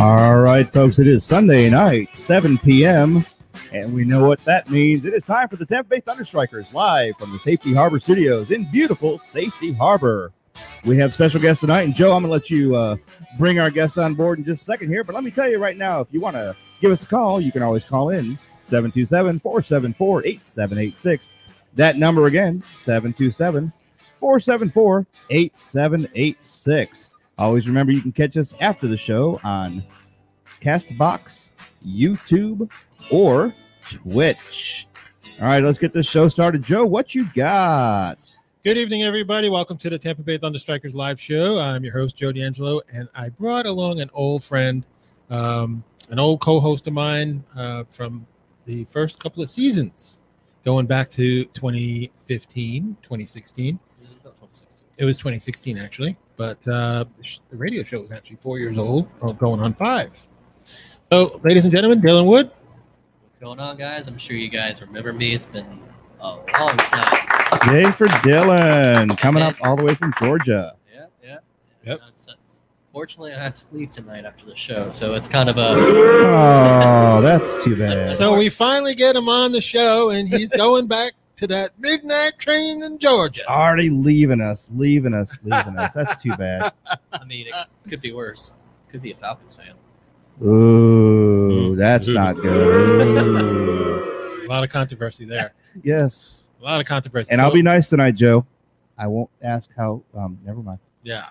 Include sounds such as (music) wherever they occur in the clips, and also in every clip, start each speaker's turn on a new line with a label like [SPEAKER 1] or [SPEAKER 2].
[SPEAKER 1] right, folks, it is Sunday night, 7 p.m., and we know what that means. It is time for the Tampa Bay Thunderstrikers live from the Safety Harbor Studios in beautiful Safety Harbor. We have special guests tonight, and Joe, I'm going to let you uh, bring our guest on board in just a second here. But let me tell you right now, if you want to give us a call, you can always call in 727 474 8786. That number again, 727 474 8786. Always remember you can catch us after the show on Castbox, YouTube, or Twitch. All right, let's get this show started. Joe, what you got?
[SPEAKER 2] Good evening, everybody. Welcome to the Tampa Bay Thunderstrikers live show. I'm your host, Joe D'Angelo, and I brought along an old friend, um, an old co host of mine uh, from the first couple of seasons, going back to 2015, 2016. It was 2016, actually, but uh, the radio show was actually four years old, or going on five. So, ladies and gentlemen, Dylan Wood.
[SPEAKER 3] What's going on, guys? I'm sure you guys remember me. It's been a long time.
[SPEAKER 1] Yay for Dylan, coming up all the way from Georgia.
[SPEAKER 3] Yeah, yeah.
[SPEAKER 2] Yep.
[SPEAKER 3] And it's- it's- Fortunately, I have to leave tonight after the show, so it's kind of a
[SPEAKER 1] Oh, that's too bad.
[SPEAKER 2] So, we finally get him on the show, and he's (laughs) going back to that midnight train in Georgia.
[SPEAKER 1] Already leaving us, leaving us, leaving us. That's too bad.
[SPEAKER 3] I mean, it could be worse. Could be a Falcons fan.
[SPEAKER 1] Ooh, that's not good. Ooh.
[SPEAKER 2] A lot of controversy there.
[SPEAKER 1] Yes.
[SPEAKER 2] A lot of controversy.
[SPEAKER 1] And
[SPEAKER 2] So-
[SPEAKER 1] I'll be nice tonight, Joe. I won't ask how. Um, never mind.
[SPEAKER 2] Yeah,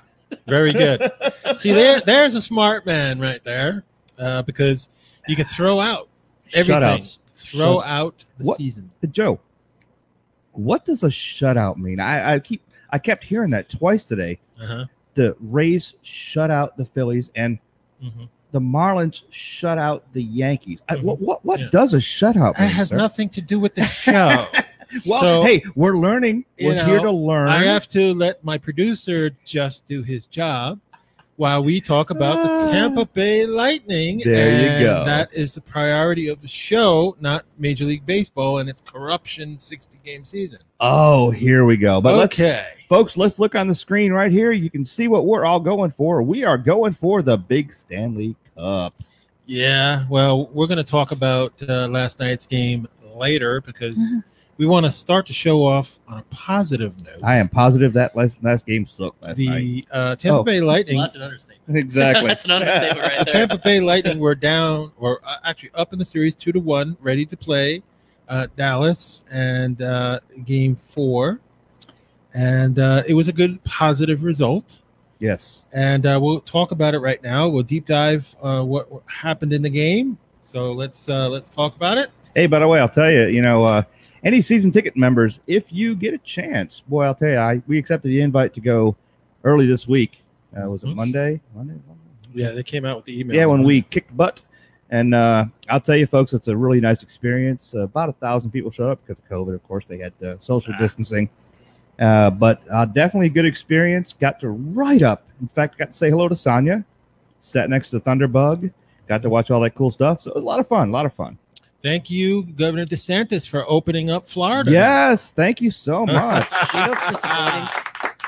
[SPEAKER 2] very good. See, there, there's a smart man right there, uh, because you can throw out everything.
[SPEAKER 1] Shutouts.
[SPEAKER 2] Throw out the
[SPEAKER 1] What?
[SPEAKER 2] season.
[SPEAKER 1] Uh, Joe, what does a shutout mean? I, I keep I kept hearing that twice today.
[SPEAKER 2] Uh-huh.
[SPEAKER 1] The Rays shut out the Phillies, and
[SPEAKER 2] Mhm.
[SPEAKER 1] the Marlins shut out the Yankees. I, what what, what
[SPEAKER 2] Mm-hmm. Yeah.
[SPEAKER 1] does a shutout mean?
[SPEAKER 2] That has
[SPEAKER 1] sir?
[SPEAKER 2] nothing to do with the (laughs) show.
[SPEAKER 1] Well,
[SPEAKER 2] so-
[SPEAKER 1] hey, we're learning.
[SPEAKER 2] You
[SPEAKER 1] We're here
[SPEAKER 2] know,
[SPEAKER 1] to learn.
[SPEAKER 2] I have to let my producer just do his job while we talk about the
[SPEAKER 1] Ah.
[SPEAKER 2] Tampa Bay Lightning.
[SPEAKER 1] There you
[SPEAKER 2] and
[SPEAKER 1] go.
[SPEAKER 2] That is the priority of the show, not Major League Baseball and its corruption 60 game season.
[SPEAKER 1] oh, here we go. But let's
[SPEAKER 2] okay.
[SPEAKER 1] Folks, let's look on the screen right here. You can see what we're all going for. We are going for the Big Stanley Cup.
[SPEAKER 2] Yeah, well, we're going to talk about uh, last night's game later because we want to start the show off on a positive note.
[SPEAKER 1] I am positive that last, last game sucked last
[SPEAKER 2] (laughs)
[SPEAKER 1] night.
[SPEAKER 2] the uh, Tampa
[SPEAKER 1] Oh.
[SPEAKER 2] Bay Lightning.
[SPEAKER 3] Well, that's an understatement.
[SPEAKER 1] (laughs) Exactly.
[SPEAKER 3] that's an understatement
[SPEAKER 1] (laughs)
[SPEAKER 3] right there.
[SPEAKER 2] Tampa
[SPEAKER 3] (laughs)
[SPEAKER 2] Bay Lightning were down, or uh, actually up in the series, two to one, ready to play uh, Dallas and uh, game four, and uh, it was a good positive result.
[SPEAKER 1] yes.
[SPEAKER 2] and uh, we'll talk about it right now. We'll deep dive uh, what, what happened in the game. So let's uh, let's talk about it.
[SPEAKER 1] Hey, by the way, I'll tell you, you know, uh, any season ticket members, if you get a chance, boy, I'll tell you, I, we accepted the invite to go early this week. Uh, was it
[SPEAKER 2] Mhm.
[SPEAKER 1] Monday? Monday?
[SPEAKER 2] Yeah, they came out with the email.
[SPEAKER 1] Yeah, when we kicked butt. And uh, I'll tell you, folks, it's a really nice experience. Uh, about a thousand people showed up because of COVID. Of course, they had uh, social
[SPEAKER 2] Ah.
[SPEAKER 1] distancing. Uh, but uh, definitely a good experience. Got to write up. In fact, got to say hello to Sonya. Sat next to Thunderbug. Got to watch all that cool stuff. So a lot of fun. A lot of fun.
[SPEAKER 2] Thank you, Governor DeSantis, for opening up Florida.
[SPEAKER 1] Yes, thank you
[SPEAKER 2] (laughs)
[SPEAKER 1] so much.
[SPEAKER 3] You know what's disappointing?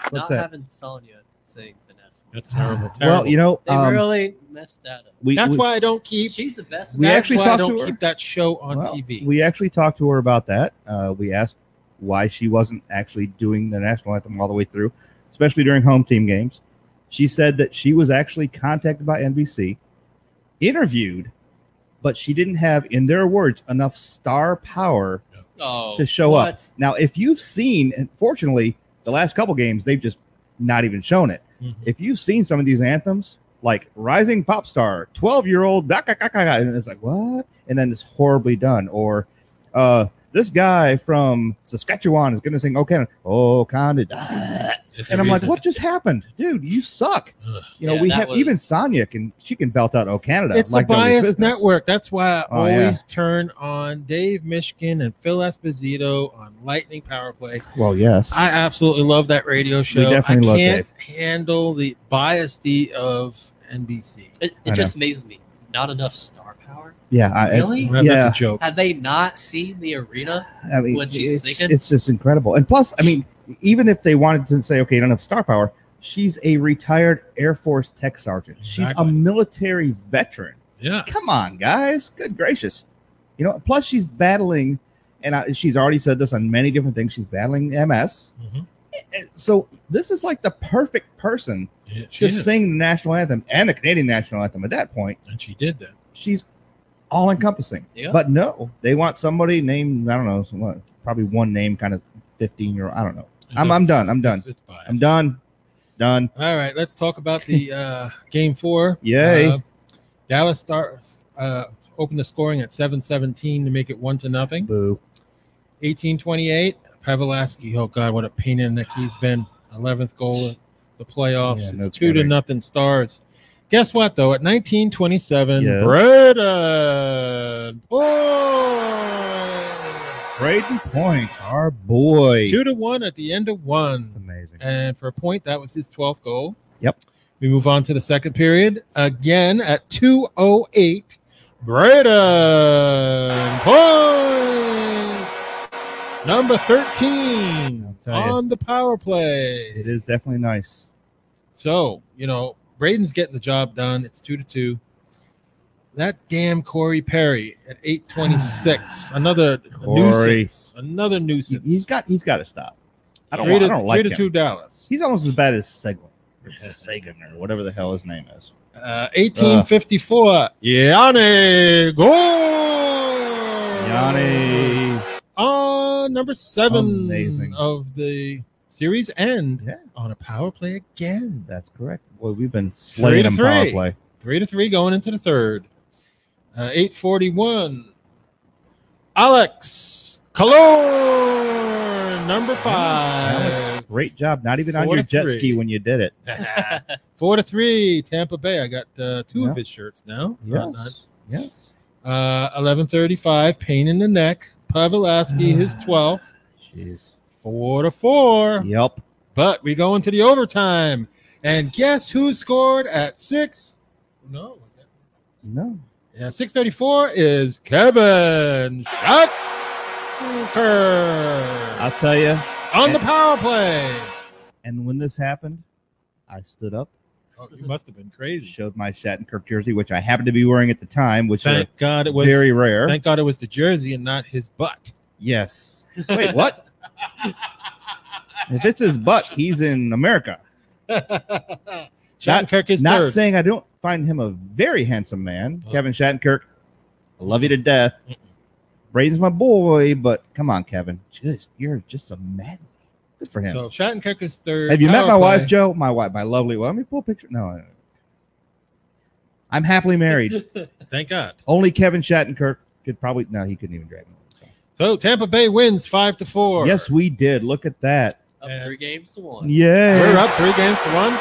[SPEAKER 1] What's
[SPEAKER 3] not
[SPEAKER 1] that?
[SPEAKER 3] having Sonya sing the national.
[SPEAKER 2] That's terrible. terrible.
[SPEAKER 1] well, you know,
[SPEAKER 3] They
[SPEAKER 1] um,
[SPEAKER 3] really messed that up.
[SPEAKER 1] we,
[SPEAKER 2] that's
[SPEAKER 1] we-
[SPEAKER 2] why I don't keep.
[SPEAKER 3] She's the best.
[SPEAKER 1] we
[SPEAKER 2] that's
[SPEAKER 1] actually
[SPEAKER 2] why I
[SPEAKER 1] talked
[SPEAKER 2] don't
[SPEAKER 1] to her.
[SPEAKER 2] keep that show on
[SPEAKER 1] Well,
[SPEAKER 2] TV.
[SPEAKER 1] We actually talked to her about that. Uh, we asked why she wasn't actually doing the national anthem all the way through, especially during home team games. She said that she was actually contacted by NBC, interviewed, but she didn't have, in their words, enough star power
[SPEAKER 3] oh,
[SPEAKER 1] to show up.
[SPEAKER 3] what? (sighs)
[SPEAKER 1] Now, if you've seen, and fortunately, the last couple games, they've just not even shown it.
[SPEAKER 2] Mhm.
[SPEAKER 1] If you've seen some of these anthems, like Rising Pop Star, 12 year old, and it's like, what? And then it's horribly done. Or uh, this guy from Saskatchewan is going to sing, oh, Canada, oh, Canada.
[SPEAKER 2] It's a
[SPEAKER 1] And I'm like,
[SPEAKER 2] reason.
[SPEAKER 1] what
[SPEAKER 3] (laughs)
[SPEAKER 1] just happened? Dude, you suck.
[SPEAKER 2] Ugh.
[SPEAKER 1] You know,
[SPEAKER 3] Yeah,
[SPEAKER 1] we
[SPEAKER 3] that
[SPEAKER 1] have even
[SPEAKER 3] was-
[SPEAKER 1] Sonya can, she can belt out, oh, Canada.
[SPEAKER 2] It's
[SPEAKER 1] like
[SPEAKER 2] the
[SPEAKER 1] nobody's
[SPEAKER 2] biased
[SPEAKER 1] business.
[SPEAKER 2] network. That's why I
[SPEAKER 1] Oh, yeah.
[SPEAKER 2] always turn on Dave Michigan and Phil Esposito on Lightning Power Play.
[SPEAKER 1] Well, yes.
[SPEAKER 2] I absolutely love that radio show.
[SPEAKER 1] definitely
[SPEAKER 2] I
[SPEAKER 1] love
[SPEAKER 2] can't handle the biasedy of NBC.
[SPEAKER 3] It,
[SPEAKER 1] I
[SPEAKER 3] it just amazes me. Not enough star power.
[SPEAKER 1] yeah. I,
[SPEAKER 3] Really?
[SPEAKER 2] Well,
[SPEAKER 1] Yeah.
[SPEAKER 2] That's a joke.
[SPEAKER 3] Have they not seen the arena?
[SPEAKER 1] I mean,
[SPEAKER 3] when she's
[SPEAKER 1] it's,
[SPEAKER 3] singing.
[SPEAKER 1] it's just incredible. And plus, I mean, even if they wanted to say, okay, you don't have star power, she's a retired Air Force tech sergeant. She's a
[SPEAKER 2] Exactly.
[SPEAKER 1] military veteran.
[SPEAKER 2] Yeah.
[SPEAKER 1] Come on, guys. Good gracious. You know, plus she's battling, and I, she's already said this on many different things. She's battling MS.
[SPEAKER 2] Mhm.
[SPEAKER 1] Eh, So this is like the perfect person
[SPEAKER 2] Yeah, she
[SPEAKER 1] to
[SPEAKER 2] is.
[SPEAKER 1] sing the national anthem and the Canadian national anthem at that point.
[SPEAKER 2] And she did that.
[SPEAKER 1] She's all encompassing.
[SPEAKER 3] Yeah.
[SPEAKER 1] But no, they want somebody named, I don't know, someone, probably one name kind of 15 year old. I don't know. I'm- I'm done. I'm done.
[SPEAKER 2] It's- it's biased.
[SPEAKER 1] I'm done. Done.
[SPEAKER 2] All right, let's talk about
[SPEAKER 1] (laughs)
[SPEAKER 2] the uh, game four.
[SPEAKER 1] Yay.
[SPEAKER 2] Uh, Dallas Stars uh, opened the scoring at 7-17 to make it one to nothing.
[SPEAKER 1] Boo.
[SPEAKER 2] 18-28, Pavelaski. Oh God, what a pain in the neck he's been. Eleventh goal of the playoffs.
[SPEAKER 1] Yeah,
[SPEAKER 2] it's
[SPEAKER 1] no
[SPEAKER 2] two to
[SPEAKER 1] kidding.
[SPEAKER 2] nothing Stars. Guess what though? At 19-27,
[SPEAKER 1] Yes.
[SPEAKER 2] Braden. Boy.
[SPEAKER 1] Braden Point, our boy.
[SPEAKER 2] Two to one at the end of one.
[SPEAKER 1] It's amazing.
[SPEAKER 2] And for a point, that was his 12th goal.
[SPEAKER 1] Yep.
[SPEAKER 2] We move on to the second period. Again at 208. Braden point number 13
[SPEAKER 1] I'll tell ya.
[SPEAKER 2] on the power play.
[SPEAKER 1] It is definitely nice.
[SPEAKER 2] So, you know, Braden's getting the job done. It's two to two. That damn Corey Perry at
[SPEAKER 1] (sighs)
[SPEAKER 2] 826. Another
[SPEAKER 1] Corey.
[SPEAKER 2] nuisance. Another
[SPEAKER 1] He-
[SPEAKER 2] nuisance.
[SPEAKER 1] He's got he's got to stop. I don't,
[SPEAKER 2] three
[SPEAKER 1] want,
[SPEAKER 2] to,
[SPEAKER 1] I don't
[SPEAKER 2] three
[SPEAKER 1] like
[SPEAKER 2] to
[SPEAKER 1] him.
[SPEAKER 2] two Dallas.
[SPEAKER 1] He's almost as bad as Seguin, or Sagan, or whatever the hell his name is.
[SPEAKER 2] Uh, 1854. Yanni goal.
[SPEAKER 1] Yanni,
[SPEAKER 2] On Uh, number seven
[SPEAKER 1] Amazing.
[SPEAKER 2] of the series end
[SPEAKER 1] Yeah.
[SPEAKER 2] on a power play again.
[SPEAKER 1] that's correct. Well, we've been slaying
[SPEAKER 2] to
[SPEAKER 1] him power
[SPEAKER 2] three.
[SPEAKER 1] play.
[SPEAKER 2] Three to three going into the third. Uh, 841. Alex Kalor, number five.
[SPEAKER 1] Alex, great job. Not even on
[SPEAKER 2] Four
[SPEAKER 1] your
[SPEAKER 2] to
[SPEAKER 1] jet
[SPEAKER 2] three.
[SPEAKER 1] ski when you did it.
[SPEAKER 2] (laughs) Four to three, Tampa Bay. I got uh, two
[SPEAKER 1] Yeah.
[SPEAKER 2] of his shirts now.
[SPEAKER 1] Yes, yes.
[SPEAKER 2] Uh, 11:35, pain in the neck. Pavelski, (sighs) his 12th,
[SPEAKER 1] Jeez.
[SPEAKER 2] four to four.
[SPEAKER 1] Yep.
[SPEAKER 2] But we go into the overtime, and guess who scored at six? No, was that?
[SPEAKER 1] No.
[SPEAKER 2] Yeah, 6:34 is Kevin Shatker
[SPEAKER 1] I'll tell you.
[SPEAKER 2] on the power play.
[SPEAKER 1] And when this happened, I stood up,
[SPEAKER 2] Oh, you must have been crazy.
[SPEAKER 1] showed my Shattenkirk jersey, which I happened to be wearing at the time, which is
[SPEAKER 2] Thank God it was.
[SPEAKER 1] very rare.
[SPEAKER 2] thank God it was the jersey and not his butt. (laughs)
[SPEAKER 1] yes. Wait, what? if it's his butt, he's in America.
[SPEAKER 2] Shattenkirk is
[SPEAKER 1] Not
[SPEAKER 2] third.
[SPEAKER 1] saying I don't find him a very handsome man,
[SPEAKER 2] Oh.
[SPEAKER 1] Kevin Shattenkirk. I love you to death. Braden's my boy, but come on, Kevin. Just you're just a man. Good for him.
[SPEAKER 2] So Shattenkirk is third.
[SPEAKER 1] Have you met
[SPEAKER 2] power
[SPEAKER 1] my wife,
[SPEAKER 2] play.
[SPEAKER 1] Joe? My wife, my lovely wife. Let me pull a picture. No, I- I'm happily married.
[SPEAKER 2] (laughs) Thank God.
[SPEAKER 1] Only Kevin Shattenkirk could probably. No, he couldn't even drag me. So-
[SPEAKER 2] So Tampa Bay wins five to four.
[SPEAKER 1] Yes, we did. Look at that.
[SPEAKER 3] Up
[SPEAKER 2] And-
[SPEAKER 3] three games to one.
[SPEAKER 2] we're
[SPEAKER 1] Yeah.
[SPEAKER 2] up three games to one.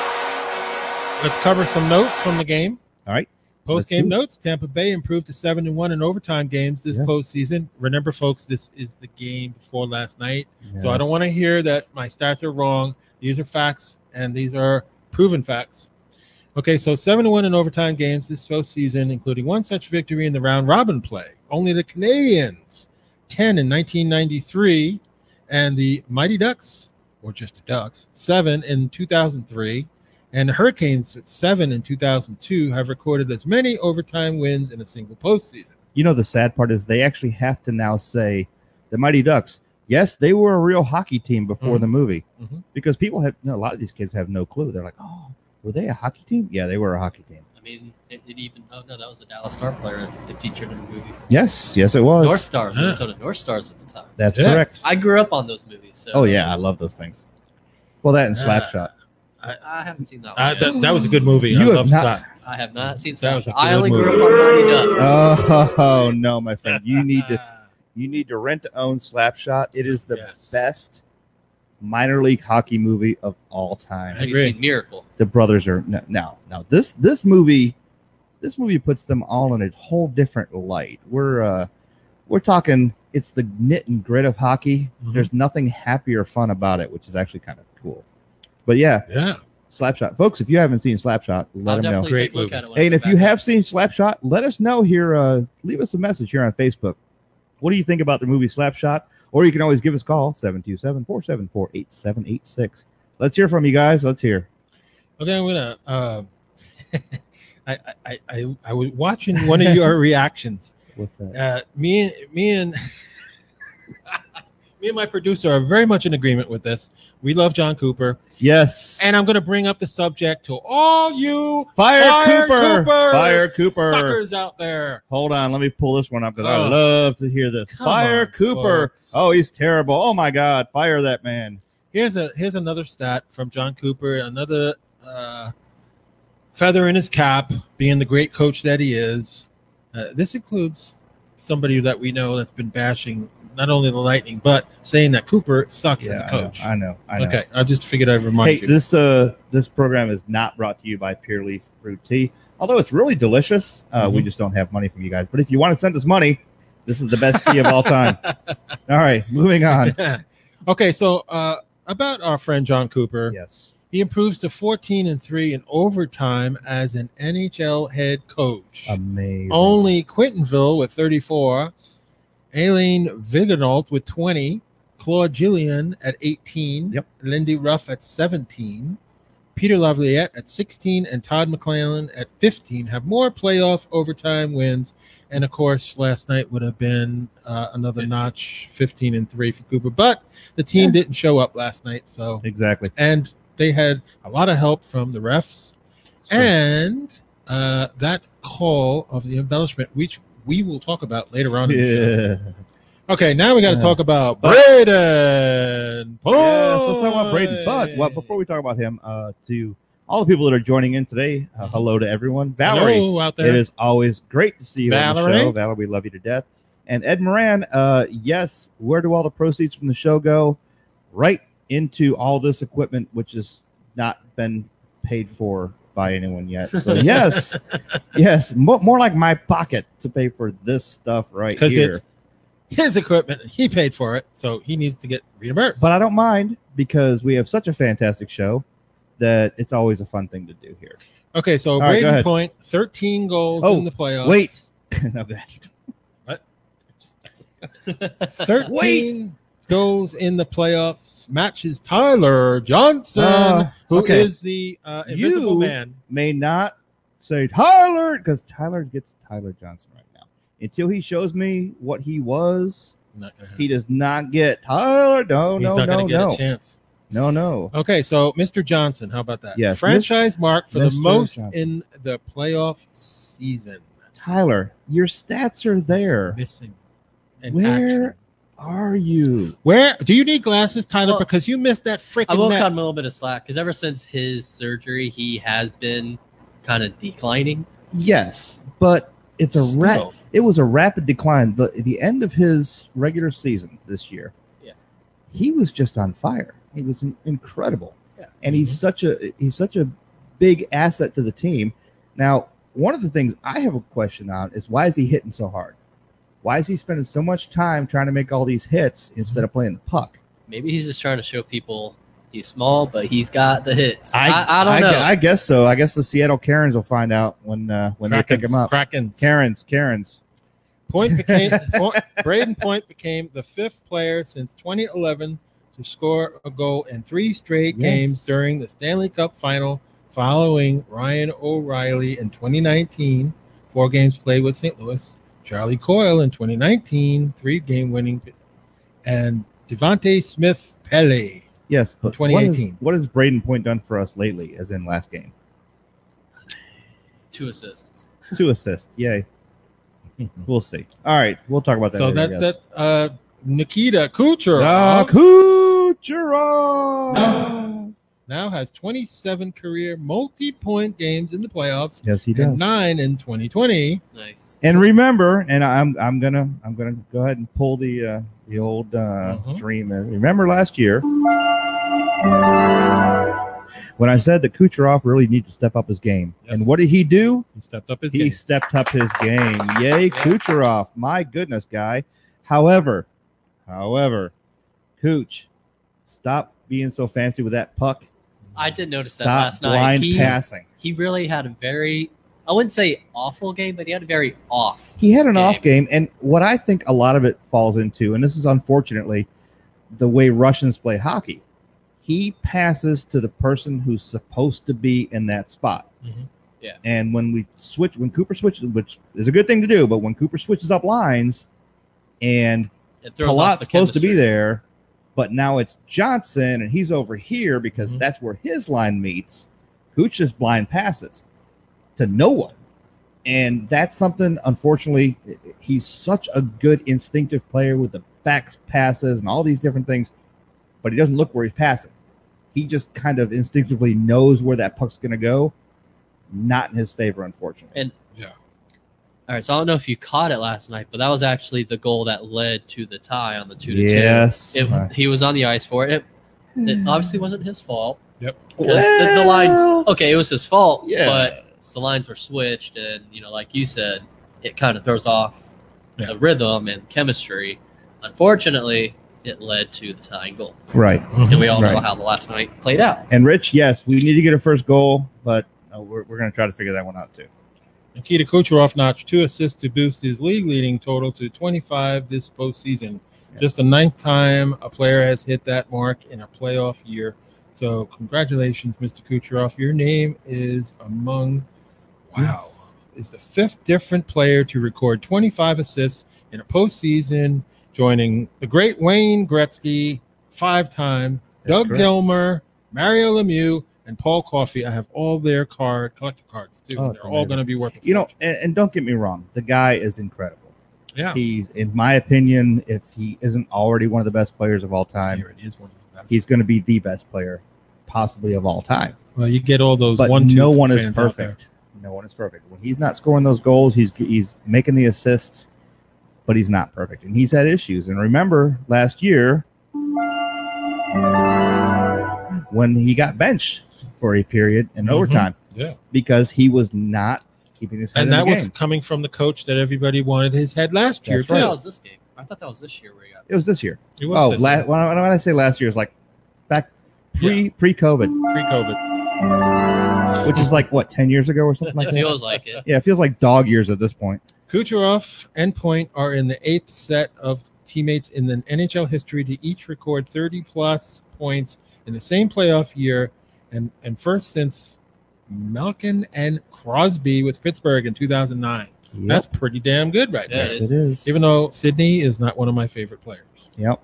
[SPEAKER 2] Let's cover some notes from the game.
[SPEAKER 1] All right.
[SPEAKER 2] Post game
[SPEAKER 1] Let's
[SPEAKER 2] notes: Tampa Bay improved to seven and one in overtime games this
[SPEAKER 1] Yes.
[SPEAKER 2] postseason. Remember, folks, this is the game before last night, so I don't want to hear that my stats are wrong. These are facts, and these are proven facts. Okay, so seven to one in overtime games this postseason, including one such victory in the round robin play. Only the Canadians, ten in 1993, and the Mighty Ducks, or just the Ducks, seven in 2003, and the Hurricanes with seven in 2002 have recorded as many overtime wins in a single postseason.
[SPEAKER 1] You know, the sad part is they actually have to now say the Mighty Ducks. Yes, they were a real hockey team before
[SPEAKER 2] Mhm.
[SPEAKER 1] the movie
[SPEAKER 2] Mhm.
[SPEAKER 1] because people have you know, a lot of these kids have no clue. They're like, oh, were they a hockey team? Yeah, they were a hockey team.
[SPEAKER 3] I mean, it, it even. Oh no, that was a Dallas Star player. It featured in the movies.
[SPEAKER 1] Yes, yes, it was.
[SPEAKER 3] North Star,
[SPEAKER 2] Yeah.
[SPEAKER 3] Minnesota North Stars at the time.
[SPEAKER 1] That's
[SPEAKER 2] Yeah.
[SPEAKER 1] correct.
[SPEAKER 3] I grew up on those movies. So
[SPEAKER 1] oh yeah, I love those things. Well, that and Slapshot.
[SPEAKER 3] I haven't seen that. One
[SPEAKER 2] Uh,
[SPEAKER 3] yet.
[SPEAKER 2] that, that was a good movie.
[SPEAKER 1] You have
[SPEAKER 2] I love
[SPEAKER 1] not-
[SPEAKER 2] that.
[SPEAKER 3] I have not seen
[SPEAKER 2] That was
[SPEAKER 3] that.
[SPEAKER 2] a
[SPEAKER 3] I
[SPEAKER 2] good
[SPEAKER 3] only
[SPEAKER 2] movie.
[SPEAKER 3] grew up Uh, on Mighty Ducks.
[SPEAKER 1] Oh, no, my friend,
[SPEAKER 3] (laughs)
[SPEAKER 1] you need to you need to rent to own Slapshot. It is the
[SPEAKER 2] Yes.
[SPEAKER 1] best minor league hockey movie of all time.
[SPEAKER 3] Have you
[SPEAKER 2] agree.
[SPEAKER 3] seen Miracle?
[SPEAKER 1] The brothers are no, no, no. This this movie, this movie puts them all in a whole different light. We're uh, we're talking. It's the knit and grit of hockey.
[SPEAKER 3] Mm-hmm.
[SPEAKER 2] Mhm.
[SPEAKER 1] There's nothing happy or fun about it, which is actually kind of cool. But yeah,
[SPEAKER 2] Yeah.
[SPEAKER 1] Slapshot, folks. If you haven't seen Slapshot, let them
[SPEAKER 3] I'll
[SPEAKER 1] know.
[SPEAKER 3] definitely
[SPEAKER 2] Great
[SPEAKER 3] take a look
[SPEAKER 2] movie.
[SPEAKER 3] at it when I
[SPEAKER 1] Hey, and
[SPEAKER 3] get
[SPEAKER 1] if you
[SPEAKER 3] back.
[SPEAKER 1] have seen Slapshot, let us know here. Uh, leave us a message here on Facebook. What do you think about the movie Slapshot? Or you can always give us a call, 727 474 8786. Let's hear from you guys. Let's hear.
[SPEAKER 2] Okay, I'm gonna. Uh, (laughs) I I, I, I was watching one of your (laughs) reactions.
[SPEAKER 1] What's that?
[SPEAKER 2] Uh, me and me and (laughs) me and my producer are very much in agreement with this. We love John Cooper,
[SPEAKER 1] Yes.
[SPEAKER 2] and I'm going to bring up the subject to all you
[SPEAKER 1] Fire,
[SPEAKER 2] Fire
[SPEAKER 1] Cooper. Fire Cooper.
[SPEAKER 2] suckers out there.
[SPEAKER 1] Hold on, let me pull this one up because I
[SPEAKER 2] Ugh.
[SPEAKER 1] love to hear this.
[SPEAKER 2] Come
[SPEAKER 1] Fire
[SPEAKER 2] on,
[SPEAKER 1] Cooper.
[SPEAKER 2] folks.
[SPEAKER 1] Oh, he's terrible. Oh my God, fire that man.
[SPEAKER 2] Here's a here's another stat from John Cooper. Another uh, feather in his cap, being the great coach that he is. Uh, this includes somebody that we know that's been bashing not only the Lightning but saying that Cooper sucks as a coach.
[SPEAKER 1] I know. I know. I know.
[SPEAKER 2] okay, I just figured I'd remind
[SPEAKER 1] Hey,
[SPEAKER 2] you.
[SPEAKER 1] this uh this program is not brought to you by Pure Leaf Fruit Tea, although it's really delicious. Uh, We just don't have money from you guys. But if you want to send us money, this is the best tea of all (laughs) time. All right, moving on.
[SPEAKER 2] (laughs) okay, so uh, about our friend John Cooper.
[SPEAKER 1] Yes.
[SPEAKER 2] He improves to 14 and 3 in overtime as an NHL head coach.
[SPEAKER 1] Amazing.
[SPEAKER 2] Only Quintonville with 34, Aileen Viganault with 20, Claude Gillian at 18,
[SPEAKER 1] Yep.
[SPEAKER 2] Lindy Ruff at 17, Peter Lavliette at 16, and Todd McClellan at 15 have more playoff overtime wins. And of course, last night would have been uh, another
[SPEAKER 3] 15.
[SPEAKER 2] notch, 15 and 3 for Cooper. But the team didn't show up last night, so
[SPEAKER 1] Exactly.
[SPEAKER 2] and they had a lot of help from the refs and uh, that call of the embellishment which we will talk about later on in the show.
[SPEAKER 1] (laughs) Yeah.
[SPEAKER 2] okay now we got to
[SPEAKER 1] Yeah.
[SPEAKER 2] talk about
[SPEAKER 1] But-
[SPEAKER 2] braden
[SPEAKER 1] Yeah, so let's talk about Braden. But
[SPEAKER 2] Point.
[SPEAKER 1] well, before we talk about him, uh, to all the people that are joining in today, uh, hello to everyone. Valerie,
[SPEAKER 2] Hello out there
[SPEAKER 1] it is always great to see you on the
[SPEAKER 2] Valerie.
[SPEAKER 1] show. Valerie, we love you to death. And Ed Moran, uh, yes, where do all the proceeds from the show go? Right into all this equipment, which has not been paid for by anyone yet.
[SPEAKER 2] (laughs)
[SPEAKER 1] So yes, yes, mo- more like my pocket to pay for this stuff right
[SPEAKER 2] because
[SPEAKER 1] here.
[SPEAKER 2] it's his equipment he paid for it so he needs to get reimbursed
[SPEAKER 1] But I don't mind because we have such a fantastic show that it's always a fun thing to do here. (laughs)
[SPEAKER 2] okay so
[SPEAKER 1] All right, go
[SPEAKER 2] braden
[SPEAKER 1] ahead.
[SPEAKER 2] point 13 goals
[SPEAKER 1] Oh,
[SPEAKER 2] in the playoffs
[SPEAKER 1] wait. Not bad.
[SPEAKER 2] What? 13
[SPEAKER 1] (laughs)
[SPEAKER 2] goals in the playoffs matches Tyler Johnson,
[SPEAKER 1] Uh,
[SPEAKER 2] who is
[SPEAKER 1] okay.
[SPEAKER 2] the uh,
[SPEAKER 1] You-
[SPEAKER 2] invisible man.
[SPEAKER 1] May not say Tyler because Tyler gets Tyler Johnson right now. Until he shows me what he was,
[SPEAKER 2] Not gonna happen.
[SPEAKER 1] he does not get Tyler. No,
[SPEAKER 2] He's
[SPEAKER 1] no,
[SPEAKER 2] not
[SPEAKER 1] no,
[SPEAKER 2] going to get
[SPEAKER 1] no.
[SPEAKER 2] a chance.
[SPEAKER 1] no, no.
[SPEAKER 2] Okay, so Mr. Johnson, how about that?
[SPEAKER 1] Yes,
[SPEAKER 2] Franchise mark for the
[SPEAKER 1] Mr.
[SPEAKER 2] most
[SPEAKER 1] Johnson.
[SPEAKER 2] in the playoff season.
[SPEAKER 1] Tyler, your stats are there.
[SPEAKER 2] Missing. in
[SPEAKER 1] Where
[SPEAKER 2] action.
[SPEAKER 1] Are you?
[SPEAKER 2] Where do you need glasses, Tyler?
[SPEAKER 3] Well,
[SPEAKER 2] because you missed that
[SPEAKER 3] I
[SPEAKER 2] freaking
[SPEAKER 3] will cut
[SPEAKER 2] net.
[SPEAKER 3] him a little bit of slack because ever since his surgery, he has been kind of declining.
[SPEAKER 1] Yes, but it's a rat.
[SPEAKER 3] Still.
[SPEAKER 1] it was a rapid decline. The the end of his regular season this year,
[SPEAKER 3] Yeah.
[SPEAKER 1] he was just on fire. He was in- incredible,
[SPEAKER 3] Yeah.
[SPEAKER 1] and he's such a he's such a big asset to the team. Now, one of the things I have a question on is why is he hitting so hard? Why is he spending so much time trying to make all these hits instead of playing the puck?
[SPEAKER 3] Maybe he's just trying to show people he's small, but he's got the hits. I, I, don't
[SPEAKER 1] I, gu-
[SPEAKER 3] know.
[SPEAKER 1] I guess so. I guess the Seattle Karens will find out when uh, when they pick him up.
[SPEAKER 2] Kraken's.
[SPEAKER 1] Karens, Karens.
[SPEAKER 2] Point became
[SPEAKER 1] (laughs)
[SPEAKER 2] point, Braden Point became the fifth player since 2011 to score a goal in three straight
[SPEAKER 1] Yes.
[SPEAKER 2] games during the Stanley Cup Final, following Ryan O'Reilly in 2019, four games played with St. Louis, Charlie Coyle in 2019, three game winning, and Devonte Smith Pele.
[SPEAKER 1] (laughs) Yes, but what is-
[SPEAKER 2] 2018.
[SPEAKER 1] What has Braden Point done for us lately? As in last game.
[SPEAKER 3] Two assists.
[SPEAKER 1] two assists. Yay. We'll see. All right, we'll talk about that.
[SPEAKER 2] So
[SPEAKER 1] later,
[SPEAKER 2] that
[SPEAKER 1] yes.
[SPEAKER 2] that uh, Nikita Kucherov.
[SPEAKER 1] Ah, Kucherov.
[SPEAKER 2] now has 27 career multi-point games in the playoffs
[SPEAKER 1] Yes, he
[SPEAKER 2] and
[SPEAKER 1] does.
[SPEAKER 2] nine in 2020.
[SPEAKER 3] Nice.
[SPEAKER 1] And remember, and I'm I'm gonna I'm gonna go ahead and pull the uh, the old uh,
[SPEAKER 3] Mm-hmm.
[SPEAKER 2] Mhm.
[SPEAKER 1] dream. And remember last year when I said that Kucherov really needed to step up his game,
[SPEAKER 2] Yes.
[SPEAKER 1] and what did he do?
[SPEAKER 2] He stepped up his
[SPEAKER 1] he
[SPEAKER 2] game.
[SPEAKER 1] stepped up his game. Yay, Kucherov! My goodness, guy. However, however, Cooch, stop being so fancy with that puck.
[SPEAKER 3] I did notice
[SPEAKER 1] stop
[SPEAKER 3] that last night.
[SPEAKER 1] blind
[SPEAKER 3] He,
[SPEAKER 1] passing.
[SPEAKER 3] he really had a very, I wouldn't say awful game, but he had a very off.
[SPEAKER 1] He had an off game, and what I think a lot of it falls into, and this is unfortunately the way Russians play hockey. He passes to the person who's supposed to be in that spot.
[SPEAKER 3] Yeah.
[SPEAKER 1] And when we switch, when Cooper switches, which is a good thing to do, but when Cooper switches up lines, and
[SPEAKER 3] It throws off
[SPEAKER 1] Palat's
[SPEAKER 3] the
[SPEAKER 1] supposed to be
[SPEAKER 3] chemistry.
[SPEAKER 1] there, but now it's Johnson, and he's over here because
[SPEAKER 3] Mm-hmm.
[SPEAKER 2] Mhm.
[SPEAKER 1] that's where his line meets. Cooch just blind passes to no one. And that's something, unfortunately, i- i- he's such a good instinctive player with the back passes and all these different things, but he doesn't look where he's passing. He just kind of instinctively knows where that puck's going to go. Not in his favor, unfortunately.
[SPEAKER 3] And- All right, so I don't know if you caught it last night, but that was actually the goal that led to the tie on the two to
[SPEAKER 1] yes.
[SPEAKER 3] two. It, he was on the ice for it. It, it obviously wasn't his fault.
[SPEAKER 2] Yep.
[SPEAKER 3] 'Cause the, the lines, okay, it was his fault,
[SPEAKER 1] yeah.
[SPEAKER 3] but the lines were switched, and you know, like you said, it kind of throws off
[SPEAKER 2] Yeah.
[SPEAKER 3] the rhythm and chemistry. Unfortunately, it led to the tying goal,
[SPEAKER 1] right.
[SPEAKER 3] and we all know
[SPEAKER 1] Right.
[SPEAKER 3] how the last night played out.
[SPEAKER 1] And Rich, yes, we need to get a first goal, but uh, we're, we're going to try to figure that one out too.
[SPEAKER 2] Nikita Kucherov notched two assists to boost his league leading total to 25 this postseason.
[SPEAKER 1] Yeah.
[SPEAKER 2] Just the ninth time a player has hit that mark in a playoff year. So congratulations, Mr. Kucherov. Your name is among wow
[SPEAKER 1] Yes.
[SPEAKER 2] is the fifth different player to record 25 assists in a postseason, joining the great Wayne Gretzky five-time,
[SPEAKER 1] That's
[SPEAKER 2] Doug
[SPEAKER 1] correct.
[SPEAKER 2] Gilmer, Mario Lemieux, and Paul Coffey. I have all their card collector cards too.
[SPEAKER 1] Oh,
[SPEAKER 2] and
[SPEAKER 1] that's
[SPEAKER 2] They're all
[SPEAKER 1] amazing.
[SPEAKER 2] going to be worth. a
[SPEAKER 1] You know,
[SPEAKER 2] fortune.
[SPEAKER 1] and, and don't get me wrong, the guy is incredible.
[SPEAKER 2] yeah.
[SPEAKER 1] He's, in my opinion, if he isn't already one of the best players of all time,
[SPEAKER 2] Here it is, one of the best.
[SPEAKER 1] he's going to be the best player possibly of all time.
[SPEAKER 2] well, you get all those
[SPEAKER 1] But
[SPEAKER 2] one.
[SPEAKER 1] no one is perfect. No one is perfect. When he's not scoring those goals, he's he's making the assists, but he's not perfect, and he's had issues. And remember last year when he got benched for a period in
[SPEAKER 2] Mhm.
[SPEAKER 1] overtime
[SPEAKER 2] Yeah,
[SPEAKER 1] because he was not keeping his head
[SPEAKER 2] and
[SPEAKER 1] in
[SPEAKER 2] that
[SPEAKER 1] the
[SPEAKER 2] was
[SPEAKER 1] game.
[SPEAKER 2] coming from the coach that everybody wanted his head last year
[SPEAKER 1] That's
[SPEAKER 2] too.
[SPEAKER 1] right.
[SPEAKER 3] That was this game. I thought that was this year where he got. (laughs)
[SPEAKER 1] It was this year.
[SPEAKER 2] It
[SPEAKER 1] Oh,
[SPEAKER 2] was this
[SPEAKER 1] la-
[SPEAKER 2] year,
[SPEAKER 1] when, I, when I say last year is like back pre pre COVID,
[SPEAKER 2] pre-COVID.
[SPEAKER 1] which is like what ten years ago or something like
[SPEAKER 3] it
[SPEAKER 1] that.
[SPEAKER 3] feels
[SPEAKER 1] (laughs)
[SPEAKER 3] like it.
[SPEAKER 1] yeah, it feels like dog years at this point.
[SPEAKER 2] Kucherov and Point are in the eighth set of teammates in the NHL history to each record 30 plus points in the same playoff year, and, and first since Malkin and Crosby with Pittsburgh in 2009. That's pretty damn good right
[SPEAKER 3] Yeah,
[SPEAKER 2] there.
[SPEAKER 1] yes, it is.
[SPEAKER 2] Even though Sydney is not one of my favorite players.
[SPEAKER 1] yep.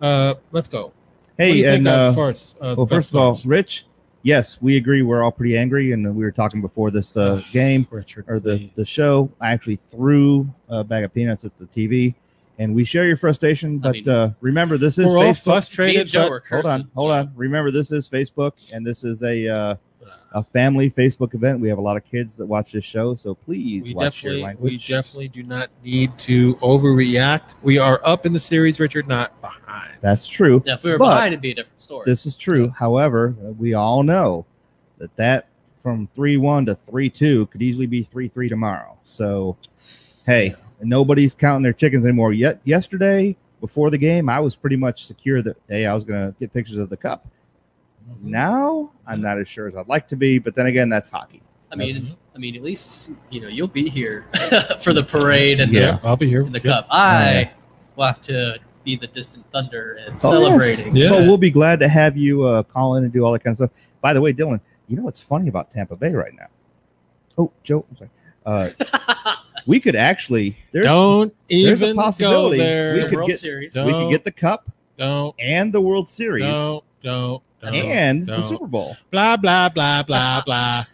[SPEAKER 2] Uh, let's go. what do
[SPEAKER 1] Hey,
[SPEAKER 2] you
[SPEAKER 1] and
[SPEAKER 2] think
[SPEAKER 1] uh,
[SPEAKER 2] as far as, uh,
[SPEAKER 1] Well,
[SPEAKER 2] the
[SPEAKER 1] first
[SPEAKER 2] best
[SPEAKER 1] of all,
[SPEAKER 2] ones?
[SPEAKER 1] Rich, yes, we agree. We're all pretty angry, and we were talking before this uh,
[SPEAKER 2] Ah,
[SPEAKER 1] game
[SPEAKER 2] Richard
[SPEAKER 1] or the,
[SPEAKER 2] please.
[SPEAKER 1] the show. I actually threw a bag of peanuts at the TV, and we share your frustration. But
[SPEAKER 3] mean-
[SPEAKER 1] uh, remember, this is
[SPEAKER 2] We're all
[SPEAKER 1] Facebook.
[SPEAKER 3] Me
[SPEAKER 2] frustrated.
[SPEAKER 3] and Joe
[SPEAKER 2] but-
[SPEAKER 3] were
[SPEAKER 1] hold
[SPEAKER 3] cursing.
[SPEAKER 1] on, hold
[SPEAKER 3] so-
[SPEAKER 1] on. Remember, this is Facebook, and this is a uh, a family Facebook event. We have a lot of kids that watch this show, so please
[SPEAKER 2] we
[SPEAKER 1] watch your
[SPEAKER 2] definitely
[SPEAKER 1] language.
[SPEAKER 2] we definitely do not need to overreact. We are up in the series, Richard, not behind.
[SPEAKER 1] That's true.
[SPEAKER 3] Yeah, if we were
[SPEAKER 1] But-
[SPEAKER 3] behind, it'd be a different story.
[SPEAKER 1] This is true. However, uh, we all know that that from 3 1 to 3 2 could easily be 3 3 tomorrow. So, hey, nobody's counting their chickens anymore. Yet, yesterday before the game, I was pretty much secure that, hey, I was going to get pictures of the cup.
[SPEAKER 2] Mm-hmm.
[SPEAKER 3] Mm-hmm.
[SPEAKER 1] Now, I'm not as sure as I'd like to be. But then again, that's hockey.
[SPEAKER 3] I mean, I mean, at least you know you'll be here (laughs) for the parade and
[SPEAKER 1] Yeah. Oh,
[SPEAKER 3] the
[SPEAKER 2] I'll be here.
[SPEAKER 3] in the
[SPEAKER 2] Yep.
[SPEAKER 3] cup. I will have to be the distant thunder and
[SPEAKER 1] celebrating.
[SPEAKER 3] celebrating. (laughs)
[SPEAKER 2] Yeah.
[SPEAKER 1] Well, we'll be glad to have you uh, call in and do all that kind of stuff. By the way, Dylan, you know what's funny about Tampa Bay right now? Oh, Joe, I'm sorry. Uh, we could actually, there's,
[SPEAKER 2] Don't
[SPEAKER 1] there's a
[SPEAKER 2] even go
[SPEAKER 1] possibility
[SPEAKER 2] there.
[SPEAKER 1] we
[SPEAKER 3] the
[SPEAKER 1] could
[SPEAKER 3] World
[SPEAKER 1] get-
[SPEAKER 3] Series.
[SPEAKER 1] we could
[SPEAKER 2] Don't,
[SPEAKER 1] get the cup
[SPEAKER 2] don't,
[SPEAKER 1] and the World Series
[SPEAKER 2] don't, don't, don't.
[SPEAKER 1] and the
[SPEAKER 2] don't.
[SPEAKER 1] Super Bowl.
[SPEAKER 2] Blah blah
[SPEAKER 1] (laughs)
[SPEAKER 2] blah blah blah.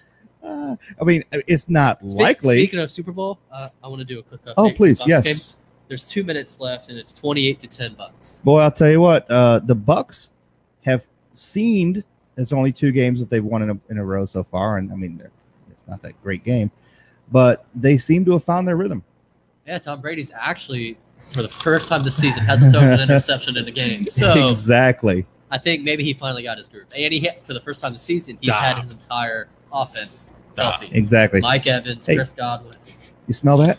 [SPEAKER 1] Uh, I mean, it's not
[SPEAKER 3] Speak-
[SPEAKER 1] likely.
[SPEAKER 3] Speaking of Super Bowl, uh, I want to do a quick update.
[SPEAKER 1] oh,
[SPEAKER 3] for the
[SPEAKER 1] please,
[SPEAKER 3] Bucks
[SPEAKER 1] yes.
[SPEAKER 3] game. There's two minutes left, and it's 28 to 10 bucks.
[SPEAKER 1] Boy, I'll tell you what. Uh, the Bucks have seemed it's only two games that they've won in a, in a row so far, and I mean, they're- it's not that great game, but they seem to have found their rhythm.
[SPEAKER 3] Yeah, Tom Brady's actually for the first time this season hasn't thrown an interception in
[SPEAKER 1] (laughs)
[SPEAKER 3] a game. So
[SPEAKER 1] exactly.
[SPEAKER 3] I think maybe he finally got his groove. And he hit for the first time this season. He's
[SPEAKER 2] Stop.
[SPEAKER 3] had his entire offense
[SPEAKER 2] Stop.
[SPEAKER 3] healthy.
[SPEAKER 1] Exactly.
[SPEAKER 3] Mike
[SPEAKER 2] uh,
[SPEAKER 3] Evans,
[SPEAKER 1] Hey.
[SPEAKER 3] Chris Godwin.
[SPEAKER 1] You smell that?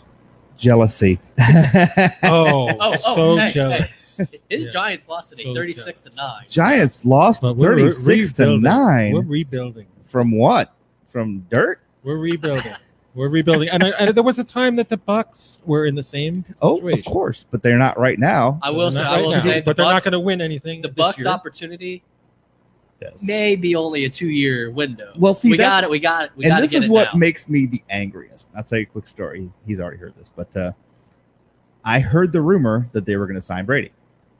[SPEAKER 1] Jealousy.
[SPEAKER 2] Oh,
[SPEAKER 3] Oh, oh,
[SPEAKER 2] so
[SPEAKER 3] hey, hey.
[SPEAKER 2] jealous.
[SPEAKER 3] His
[SPEAKER 2] Yeah.
[SPEAKER 3] Giants lost today,
[SPEAKER 2] So
[SPEAKER 3] 36 to
[SPEAKER 2] jealous.
[SPEAKER 3] nine.
[SPEAKER 1] (laughs) Giants lost
[SPEAKER 2] But we're- we're
[SPEAKER 1] 36 to
[SPEAKER 2] rebuilding.
[SPEAKER 1] 9
[SPEAKER 2] We're rebuilding.
[SPEAKER 1] from what? From dirt?
[SPEAKER 2] We're rebuilding. We're rebuilding. And, I, and there was a time that the Bucks were in the same
[SPEAKER 1] Oh,
[SPEAKER 2] situation.
[SPEAKER 1] of course, but they're not right now.
[SPEAKER 3] I
[SPEAKER 2] They're
[SPEAKER 3] will say,
[SPEAKER 2] not
[SPEAKER 3] I
[SPEAKER 2] right
[SPEAKER 3] will
[SPEAKER 2] now.
[SPEAKER 3] say, the
[SPEAKER 2] but they're
[SPEAKER 3] Bucks-
[SPEAKER 2] not going to win anything.
[SPEAKER 3] the
[SPEAKER 2] this
[SPEAKER 3] Bucks'
[SPEAKER 2] year.
[SPEAKER 3] opportunity
[SPEAKER 1] Yes.
[SPEAKER 3] maybe only a two year window.
[SPEAKER 1] Well, see,
[SPEAKER 3] we
[SPEAKER 1] that's-
[SPEAKER 3] got it. We got it. We got
[SPEAKER 1] and
[SPEAKER 3] to
[SPEAKER 1] this
[SPEAKER 3] get
[SPEAKER 1] is
[SPEAKER 3] it
[SPEAKER 1] what
[SPEAKER 3] now.
[SPEAKER 1] makes me the angriest. I'll tell you a quick story. He's already heard this, but uh, I heard the rumor that they were going to sign Brady.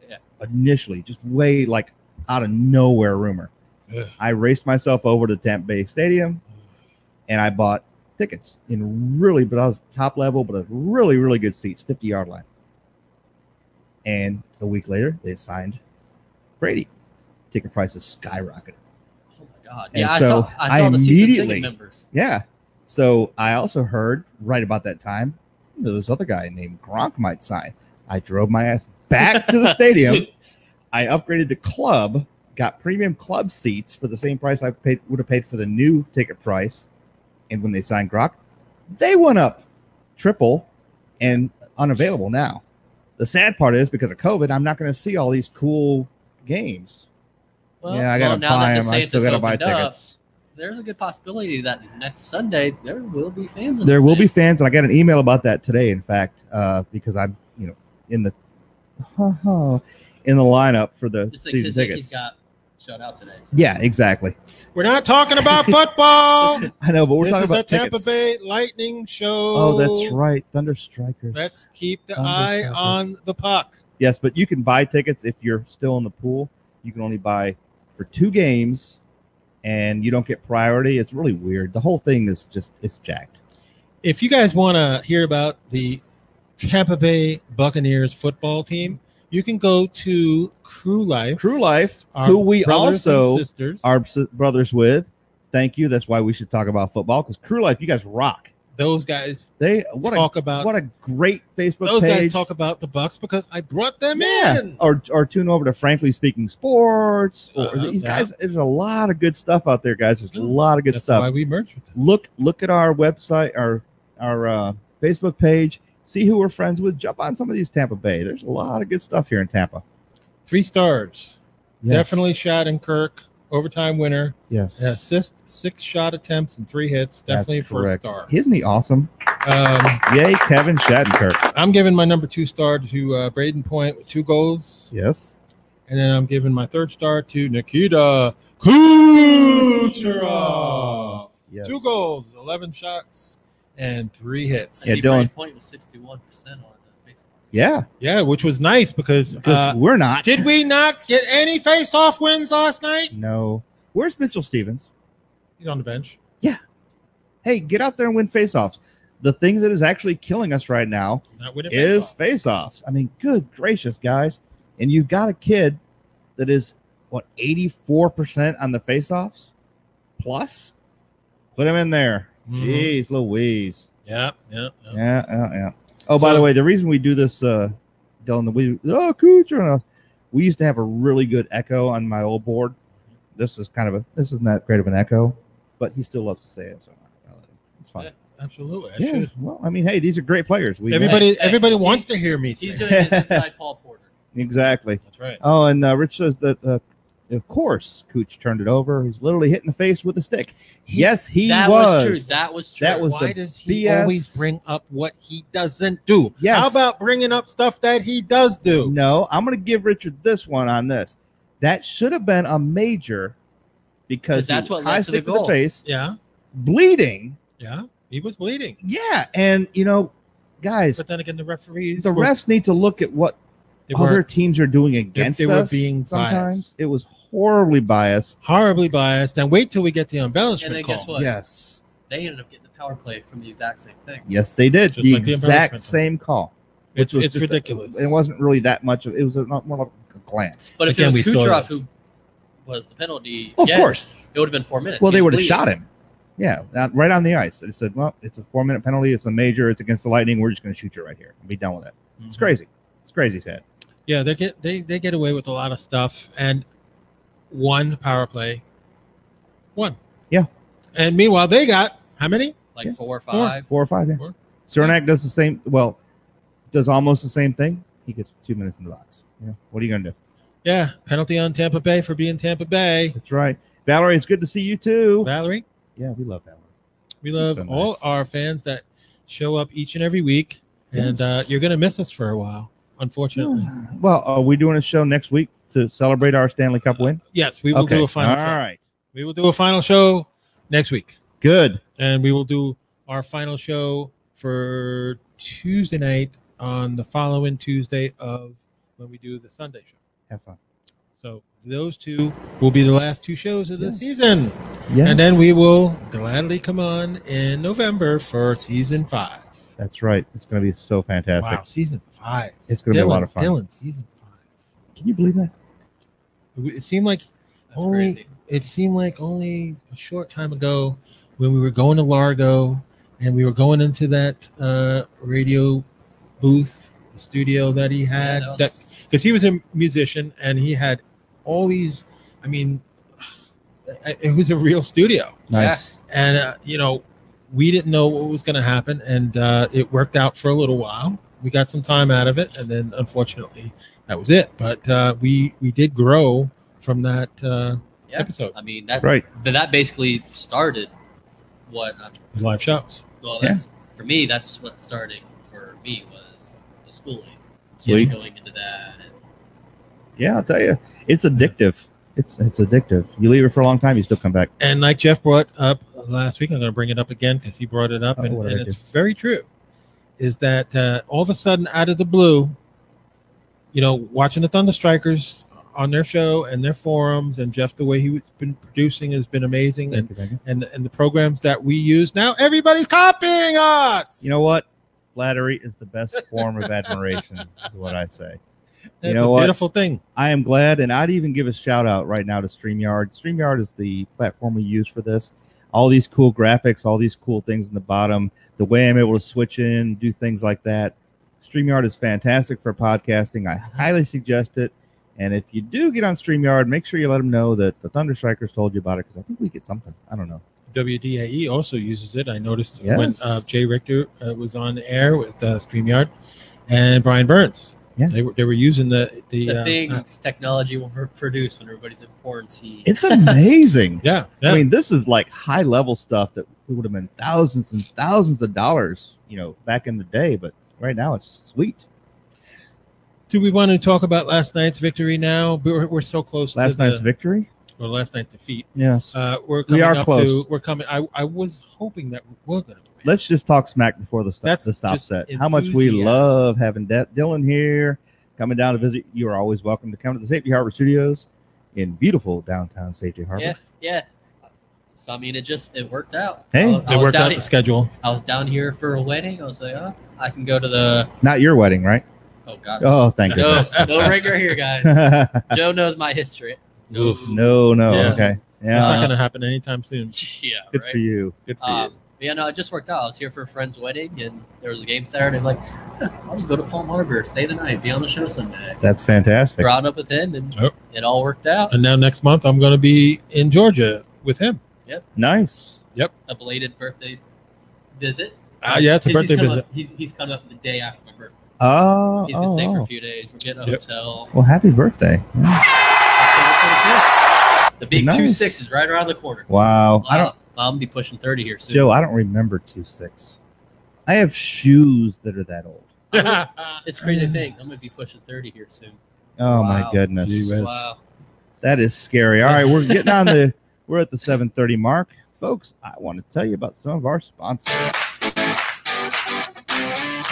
[SPEAKER 3] Yeah.
[SPEAKER 1] Initially, just way like out of nowhere rumor.
[SPEAKER 2] Ugh.
[SPEAKER 1] I raced myself over to Tampa Bay Stadium, and I bought tickets in really, but I was top level, but it was really, really good seats, fifty yard line. And a week later, they signed Brady. Ticket prices skyrocketed.
[SPEAKER 3] Oh my god!
[SPEAKER 1] And
[SPEAKER 3] Yeah, I
[SPEAKER 1] so
[SPEAKER 3] saw. I
[SPEAKER 1] I
[SPEAKER 3] saw the season
[SPEAKER 1] immediately-
[SPEAKER 3] ticket members.
[SPEAKER 1] Yeah. So I also heard right about that time, you know, this other guy named Gronk might sign. I drove my ass back to the stadium. I upgraded to club, got premium club seats for the same price I paid would have paid for the new ticket price. And when they signed Gronk, they went up triple and unavailable now. The sad part is because of COVID, I'm not going to see all these cool games.
[SPEAKER 3] Well,
[SPEAKER 1] Yeah, I
[SPEAKER 3] well,
[SPEAKER 1] gotta
[SPEAKER 3] now
[SPEAKER 1] buy
[SPEAKER 3] that
[SPEAKER 1] 'em. I
[SPEAKER 3] DeSantis
[SPEAKER 1] still gotta buy
[SPEAKER 3] opened up,
[SPEAKER 1] tickets.
[SPEAKER 3] there's a good possibility that next Sunday there will be fans. In
[SPEAKER 1] there
[SPEAKER 3] the
[SPEAKER 1] will be fans,
[SPEAKER 3] stands.
[SPEAKER 1] and I got an email about that today. In fact, uh, because I'm you know in the (laughs) in the lineup for the
[SPEAKER 3] Just like
[SPEAKER 1] season
[SPEAKER 3] He's
[SPEAKER 1] tickets.
[SPEAKER 3] got shut out today. so-
[SPEAKER 1] Yeah, exactly. (laughs)
[SPEAKER 2] We're not talking
[SPEAKER 3] (laughs)
[SPEAKER 2] about football.
[SPEAKER 1] I know, but we're
[SPEAKER 2] this
[SPEAKER 1] talking
[SPEAKER 2] is a
[SPEAKER 1] about
[SPEAKER 2] Tampa
[SPEAKER 1] tickets.
[SPEAKER 2] Bay Lightning show.
[SPEAKER 1] Oh, that's right, Thunder Strikers.
[SPEAKER 2] Let's keep the
[SPEAKER 1] Thunder
[SPEAKER 2] eye
[SPEAKER 1] Strikers.
[SPEAKER 2] on the puck.
[SPEAKER 1] yes, but you can buy tickets if you're still in the pool. You can only buy for two games, and you don't get priority. It's really weird. The whole thing is just it's jacked.
[SPEAKER 2] If you guys want to hear about the Tampa Bay Buccaneers football team, you can go to Crew Life.
[SPEAKER 1] Crew Life,
[SPEAKER 2] our
[SPEAKER 1] who we
[SPEAKER 2] brothers and
[SPEAKER 1] also
[SPEAKER 2] sisters.
[SPEAKER 1] are s- brothers with. Thank you. That's why we should talk about football because Crew Life, you guys rock.
[SPEAKER 2] those guys
[SPEAKER 1] They what a
[SPEAKER 2] talk about
[SPEAKER 1] what a great Facebook
[SPEAKER 2] those
[SPEAKER 1] page.
[SPEAKER 2] guys talk about the Bucks because I brought them
[SPEAKER 1] yeah. Oh,
[SPEAKER 2] in.
[SPEAKER 1] Or, or tune over to Frankly Speaking Sports. Or
[SPEAKER 2] Uh-huh,
[SPEAKER 1] these
[SPEAKER 2] yeah.
[SPEAKER 1] guys, there's a lot of good stuff out there, guys. There's a
[SPEAKER 2] Mhm.
[SPEAKER 1] lot of good
[SPEAKER 2] That's
[SPEAKER 1] stuff.
[SPEAKER 2] why we merged with them.
[SPEAKER 1] Look look at our website, our our uh, Facebook page. See who we're friends with. Jump on some of these Tampa Bay. There's a lot of good stuff here in Tampa.
[SPEAKER 2] Three stars.
[SPEAKER 1] Yes.
[SPEAKER 2] Definitely shot in Kirk. Overtime winner.
[SPEAKER 1] Yes.
[SPEAKER 2] An assist, six shot attempts, and three hits.
[SPEAKER 1] That's
[SPEAKER 2] Definitely a first
[SPEAKER 1] correct.
[SPEAKER 2] star.
[SPEAKER 1] Isn't he awesome?
[SPEAKER 2] Um,
[SPEAKER 1] Yay, Kevin Shattenkirk.
[SPEAKER 2] I'm giving my number two star to uh, Braden Point with two goals,
[SPEAKER 1] Yes.
[SPEAKER 2] and then I'm giving my third star to Nikita Kucherov.
[SPEAKER 1] Yes.
[SPEAKER 2] Two goals, eleven shots, and three
[SPEAKER 3] I
[SPEAKER 2] hits.
[SPEAKER 1] Yeah,
[SPEAKER 3] see Brady
[SPEAKER 1] Dylan.
[SPEAKER 3] Point was sixty-one percent on the Facebook.
[SPEAKER 1] Yeah.
[SPEAKER 2] Yeah, which was nice because
[SPEAKER 1] Because
[SPEAKER 2] uh,
[SPEAKER 1] we're not.
[SPEAKER 2] did we not get any face-off wins last night?
[SPEAKER 1] no. Where's Mitchell Stevens?
[SPEAKER 2] He's on the bench.
[SPEAKER 1] hey, get out there and win faceoffs. The thing that is actually killing us right now
[SPEAKER 2] Not winning
[SPEAKER 1] is
[SPEAKER 2] faceoff.
[SPEAKER 1] faceoffs. I mean, good gracious, guys. And you've got a kid that is what 84% on the faceoffs plus. Put him in there.
[SPEAKER 2] Mhm.
[SPEAKER 1] Jeez Louise.
[SPEAKER 2] Yeah, yeah, yeah.
[SPEAKER 1] Yeah, yeah, yeah. Oh, by
[SPEAKER 2] So-
[SPEAKER 1] the way, the reason we do this, uh Dylan, the we oh Kucherov. We used to have a really good echo on my old board. This is kind of a this is not great of an echo, but he still loves to say it, so I'll let him. it's fine.
[SPEAKER 3] Yeah.
[SPEAKER 2] absolutely. I
[SPEAKER 1] Yeah,
[SPEAKER 2] should've-
[SPEAKER 1] well, I mean, hey, these are great players. We
[SPEAKER 2] Everybody,
[SPEAKER 3] Hey, hey,
[SPEAKER 2] everybody
[SPEAKER 3] he-
[SPEAKER 2] wants to hear me.
[SPEAKER 3] He's
[SPEAKER 2] sing.
[SPEAKER 1] just-
[SPEAKER 3] doing his inside Paul Porter.
[SPEAKER 1] exactly.
[SPEAKER 2] That's right.
[SPEAKER 1] Oh, and uh, Rich says that, uh, of course, Cooch turned it over. He's literally hit in the face with a stick. yes, he
[SPEAKER 3] that was.
[SPEAKER 1] was.
[SPEAKER 3] true. That was true.
[SPEAKER 1] That was
[SPEAKER 2] Why
[SPEAKER 1] the
[SPEAKER 2] does he
[SPEAKER 1] BS.
[SPEAKER 2] always bring up what he doesn't do?
[SPEAKER 1] Yes.
[SPEAKER 2] How about bringing up stuff that he does do?
[SPEAKER 1] No, I'm going to give Richard this one on this. That should have been a major because
[SPEAKER 3] 'Cause that's
[SPEAKER 1] he-
[SPEAKER 3] what led
[SPEAKER 1] high
[SPEAKER 3] to the
[SPEAKER 1] stick to
[SPEAKER 3] goal.
[SPEAKER 1] the face,
[SPEAKER 2] Yeah,
[SPEAKER 1] bleeding.
[SPEAKER 2] yeah. He was bleeding.
[SPEAKER 1] Yeah, and you know, guys,
[SPEAKER 2] But then again, the referees.
[SPEAKER 1] the
[SPEAKER 2] were-
[SPEAKER 1] refs need to look at what
[SPEAKER 2] They
[SPEAKER 1] other
[SPEAKER 2] were
[SPEAKER 1] teams are doing against
[SPEAKER 2] they were
[SPEAKER 1] us.
[SPEAKER 2] being
[SPEAKER 1] sometimes
[SPEAKER 2] biased.
[SPEAKER 1] it was horribly biased.
[SPEAKER 2] horribly biased. And wait till we get the
[SPEAKER 3] And
[SPEAKER 2] embellishment
[SPEAKER 3] then
[SPEAKER 2] call.
[SPEAKER 3] guess what?
[SPEAKER 1] Yes,
[SPEAKER 3] They ended up getting the power play from the exact same thing.
[SPEAKER 1] yes, they did
[SPEAKER 2] Just
[SPEAKER 1] the
[SPEAKER 2] like the
[SPEAKER 1] exact
[SPEAKER 2] embellishment.
[SPEAKER 1] same call.
[SPEAKER 2] It's,
[SPEAKER 1] was
[SPEAKER 2] it's
[SPEAKER 1] just a-
[SPEAKER 2] ridiculous.
[SPEAKER 1] it wasn't really that much of it was a, not more like a glance.
[SPEAKER 3] But if
[SPEAKER 2] Again,
[SPEAKER 3] it
[SPEAKER 2] we
[SPEAKER 3] was
[SPEAKER 2] saw
[SPEAKER 3] Kucherov
[SPEAKER 2] this.
[SPEAKER 3] who was the penalty,
[SPEAKER 1] Of
[SPEAKER 3] yes,
[SPEAKER 1] course.
[SPEAKER 3] it would have been four minutes.
[SPEAKER 1] Well,
[SPEAKER 3] He
[SPEAKER 1] they would
[SPEAKER 3] was
[SPEAKER 1] have
[SPEAKER 3] bleeding.
[SPEAKER 1] shot him. Yeah, out- right on the ice. They said, "Well, it's a four-minute penalty. It's a major. It's against the Lightning. We're just going to shoot you right here and be done with it."
[SPEAKER 2] Mhm.
[SPEAKER 1] It's crazy. It's crazy, sad.
[SPEAKER 2] Yeah, they get they they get away with a lot of stuff. And one power play, one.
[SPEAKER 1] Yeah.
[SPEAKER 2] And meanwhile, they got how many?
[SPEAKER 3] like
[SPEAKER 1] Yeah.
[SPEAKER 3] four or five.
[SPEAKER 1] Four or five. Yeah.
[SPEAKER 2] Four.
[SPEAKER 1] Cernak does the same. Well, does almost the same thing. He gets two minutes in the box. Yeah. What are you going to do?
[SPEAKER 2] Yeah, penalty on Tampa Bay for being Tampa Bay.
[SPEAKER 1] That's right, Valerie. It's good to see you too.
[SPEAKER 2] Valerie,
[SPEAKER 1] yeah, we love Valerie.
[SPEAKER 2] We love
[SPEAKER 1] so nice.
[SPEAKER 2] all our fans that show up each and every week, and uh,
[SPEAKER 1] Yes.
[SPEAKER 2] you're gonna miss us for a while, unfortunately.
[SPEAKER 1] well, are we doing a show next week to celebrate our Stanley Cup win?
[SPEAKER 2] Yes, we will do a final.
[SPEAKER 1] All
[SPEAKER 2] show.
[SPEAKER 1] right.
[SPEAKER 2] We will do a final show next week,
[SPEAKER 1] Good.
[SPEAKER 2] and we will do our final show for Tuesday night on the following Tuesday of when we do the Sunday show.
[SPEAKER 1] Have fun.
[SPEAKER 2] So those two will be the last two shows of the
[SPEAKER 1] Yes.
[SPEAKER 2] season,
[SPEAKER 1] Yes.
[SPEAKER 2] and then we will gladly come on in November for season five.
[SPEAKER 1] That's right. It's going to be so fantastic.
[SPEAKER 2] Wow, season five!
[SPEAKER 1] It's going to be a
[SPEAKER 2] Dylan-
[SPEAKER 1] lot of fun.
[SPEAKER 2] Dylan, season five.
[SPEAKER 1] Can you believe that?
[SPEAKER 2] It seemed like
[SPEAKER 3] That's
[SPEAKER 2] Only-
[SPEAKER 3] crazy.
[SPEAKER 2] it seemed like only a short time ago when we were going to Largo and we were going into that uh, radio booth, the studio that he had,
[SPEAKER 3] Yeah, that
[SPEAKER 2] that
[SPEAKER 3] was-
[SPEAKER 2] because he was a musician and he had all these. I mean, it- it was a real studio,
[SPEAKER 1] Nice.
[SPEAKER 2] and uh, you know, we didn't know what was going to happen, and uh, it worked out for a little while. We got some time out of it, and then unfortunately, that was it. But uh, we we did grow from that uh,
[SPEAKER 3] Yeah.
[SPEAKER 2] episode.
[SPEAKER 3] I mean that,
[SPEAKER 1] Right.
[SPEAKER 3] but that basically started what I'm
[SPEAKER 2] live shows.
[SPEAKER 3] Well,
[SPEAKER 1] Yeah.
[SPEAKER 3] that's for me. That's what starting for me was the schooling.
[SPEAKER 1] Sweet.
[SPEAKER 3] Yeah, Going into that, and
[SPEAKER 1] Yeah, I'll tell you. It's addictive. It's it's addictive. You leave it for a long time, you still come back.
[SPEAKER 2] And like Jeff brought up last week, I'm going to bring it up again because he brought it up,
[SPEAKER 1] Oh,
[SPEAKER 2] and,
[SPEAKER 1] what
[SPEAKER 2] and
[SPEAKER 1] I
[SPEAKER 2] it's
[SPEAKER 1] do.
[SPEAKER 2] very true. Is that uh, all of a sudden, out of the blue, you know, watching the Thunder Strikers on their show and their forums, and Jeff, the way he's been producing has been amazing, and
[SPEAKER 1] Thank you, thank you.
[SPEAKER 2] and and the programs that we use now, everybody's copying us.
[SPEAKER 1] You know what? Flattery is the best form of admiration, is what I say.
[SPEAKER 2] That's
[SPEAKER 1] know
[SPEAKER 2] a
[SPEAKER 1] what?
[SPEAKER 2] beautiful thing.
[SPEAKER 1] I am glad, and I'd even give a shout out right now to StreamYard. StreamYard is the platform we use for this. All these cool graphics, all these cool things in the bottom, the way I'm able to switch in, do things like that. StreamYard is fantastic for podcasting. I highly suggest it. And if you do get on StreamYard, make sure you let them know that the Thunderstrikers told you about it because I think we get something. I don't know.
[SPEAKER 2] WDAE E also uses it. I noticed when
[SPEAKER 1] Yes.
[SPEAKER 2] uh, Jay Richter uh, was on air with uh, Streamyard and Brian Burns.
[SPEAKER 1] Yeah.
[SPEAKER 2] they were they were using the the,
[SPEAKER 3] the
[SPEAKER 2] uh, uh,
[SPEAKER 3] things technology will produce when everybody's in quarantine.
[SPEAKER 1] It's amazing.
[SPEAKER 2] yeah, yeah.
[SPEAKER 1] I mean, this is like high level stuff that it would have been thousands and thousands of dollars, you know, back in the day. But right now, it's sweet.
[SPEAKER 2] Do we want to talk about last night's victory now? We're, we're so close
[SPEAKER 1] Last
[SPEAKER 2] to the,
[SPEAKER 1] night's victory.
[SPEAKER 2] or last night's defeat.
[SPEAKER 1] Yes.
[SPEAKER 2] Uh, we're
[SPEAKER 1] We
[SPEAKER 2] coming
[SPEAKER 1] are
[SPEAKER 2] up
[SPEAKER 1] close.
[SPEAKER 2] To, we're coming. I, I was hoping that we were going to win.
[SPEAKER 1] Let's just talk smack before the stop,
[SPEAKER 2] That's
[SPEAKER 1] the stop
[SPEAKER 2] just
[SPEAKER 1] set. How much we
[SPEAKER 2] enthusiasm.
[SPEAKER 1] love having De- Dylan here, coming down to visit. You are always welcome to come to the Safety Harbor Studios in beautiful downtown Safety Harbor.
[SPEAKER 3] yeah, yeah. So I mean, it just it worked out.
[SPEAKER 1] Hey,
[SPEAKER 3] I, I
[SPEAKER 2] They
[SPEAKER 3] was
[SPEAKER 2] worked
[SPEAKER 3] down
[SPEAKER 2] out the schedule.
[SPEAKER 3] I was down here for a wedding. I was like, oh, I can go to the.
[SPEAKER 1] Not your wedding, right?
[SPEAKER 3] Oh God.
[SPEAKER 1] Oh, thank
[SPEAKER 3] no,
[SPEAKER 1] goodness.
[SPEAKER 3] no ringer
[SPEAKER 1] (laughs)
[SPEAKER 3] here, guys.
[SPEAKER 1] no,
[SPEAKER 3] Joe knows my history. (laughs)
[SPEAKER 2] Oof.
[SPEAKER 1] no.
[SPEAKER 2] Yeah.
[SPEAKER 1] Okay.
[SPEAKER 2] It's
[SPEAKER 1] Yeah.
[SPEAKER 2] not
[SPEAKER 3] Uh,
[SPEAKER 2] going to happen anytime soon.
[SPEAKER 3] Yeah,
[SPEAKER 1] Good
[SPEAKER 3] right.
[SPEAKER 1] for you. Good for
[SPEAKER 3] Um, but yeah, no, it just worked out. I was here for a friend's wedding, and there was a game Saturday. I'm like, (laughs) "Huh, I'll just go to Palm Harbor, stay the night, be on the show Sunday.
[SPEAKER 1] you. That's fantastic.
[SPEAKER 3] Brought up with him, and
[SPEAKER 2] Yep.
[SPEAKER 3] it all worked out.
[SPEAKER 2] And now next month, I'm going to be in Georgia with him.
[SPEAKER 1] Nice.
[SPEAKER 3] A belated birthday visit.
[SPEAKER 2] Uh, yeah, it's a
[SPEAKER 3] 'Cause
[SPEAKER 2] birthday
[SPEAKER 3] he's come
[SPEAKER 2] visit.
[SPEAKER 3] Up, he's, he's coming up the day after my birthday.
[SPEAKER 1] Oh,
[SPEAKER 3] He's been
[SPEAKER 1] oh,
[SPEAKER 3] staying for
[SPEAKER 1] oh.
[SPEAKER 3] a few days. We're getting a
[SPEAKER 2] Yep.
[SPEAKER 3] hotel.
[SPEAKER 1] well, happy birthday. Yeah.
[SPEAKER 3] October 25th. The big
[SPEAKER 1] Nice.
[SPEAKER 3] two six is right around the corner.
[SPEAKER 1] Wow. I don't,
[SPEAKER 3] Wow, I'm gonna be pushing thirty here soon.
[SPEAKER 1] Joe, I don't remember two six. I have shoes that are that old.
[SPEAKER 2] (laughs)
[SPEAKER 3] It's a crazy thing. I'm gonna be pushing thirty here soon.
[SPEAKER 1] Oh my
[SPEAKER 3] Wow.
[SPEAKER 1] goodness.
[SPEAKER 2] Gee whiz. Yes.
[SPEAKER 3] Wow.
[SPEAKER 1] That is scary. All right, we're getting on the (laughs) we're at the 7:30 mark. Folks, I want to tell you about some of our sponsors.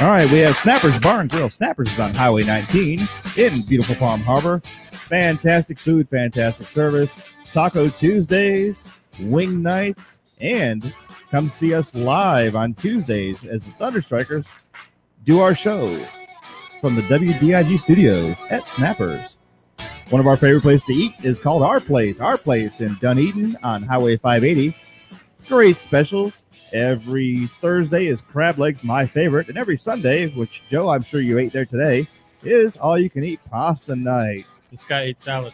[SPEAKER 1] All right, we have Snappers Bar and Grill. Snappers is on Highway 19 in beautiful Palm Harbor. Fantastic food, fantastic service. Taco Tuesdays, wing nights, and come see us live on Tuesdays as the Thunder Strikers do our show from the WDIG studios at Snappers. One of our favorite places to eat is called Our Place. Our Place in Dunedin on Highway 580. Great specials. Every Thursday is crab legs, my favorite. And every Sunday, which Joe, I'm sure you ate there today, is all you can eat pasta night.
[SPEAKER 2] This guy ate salad.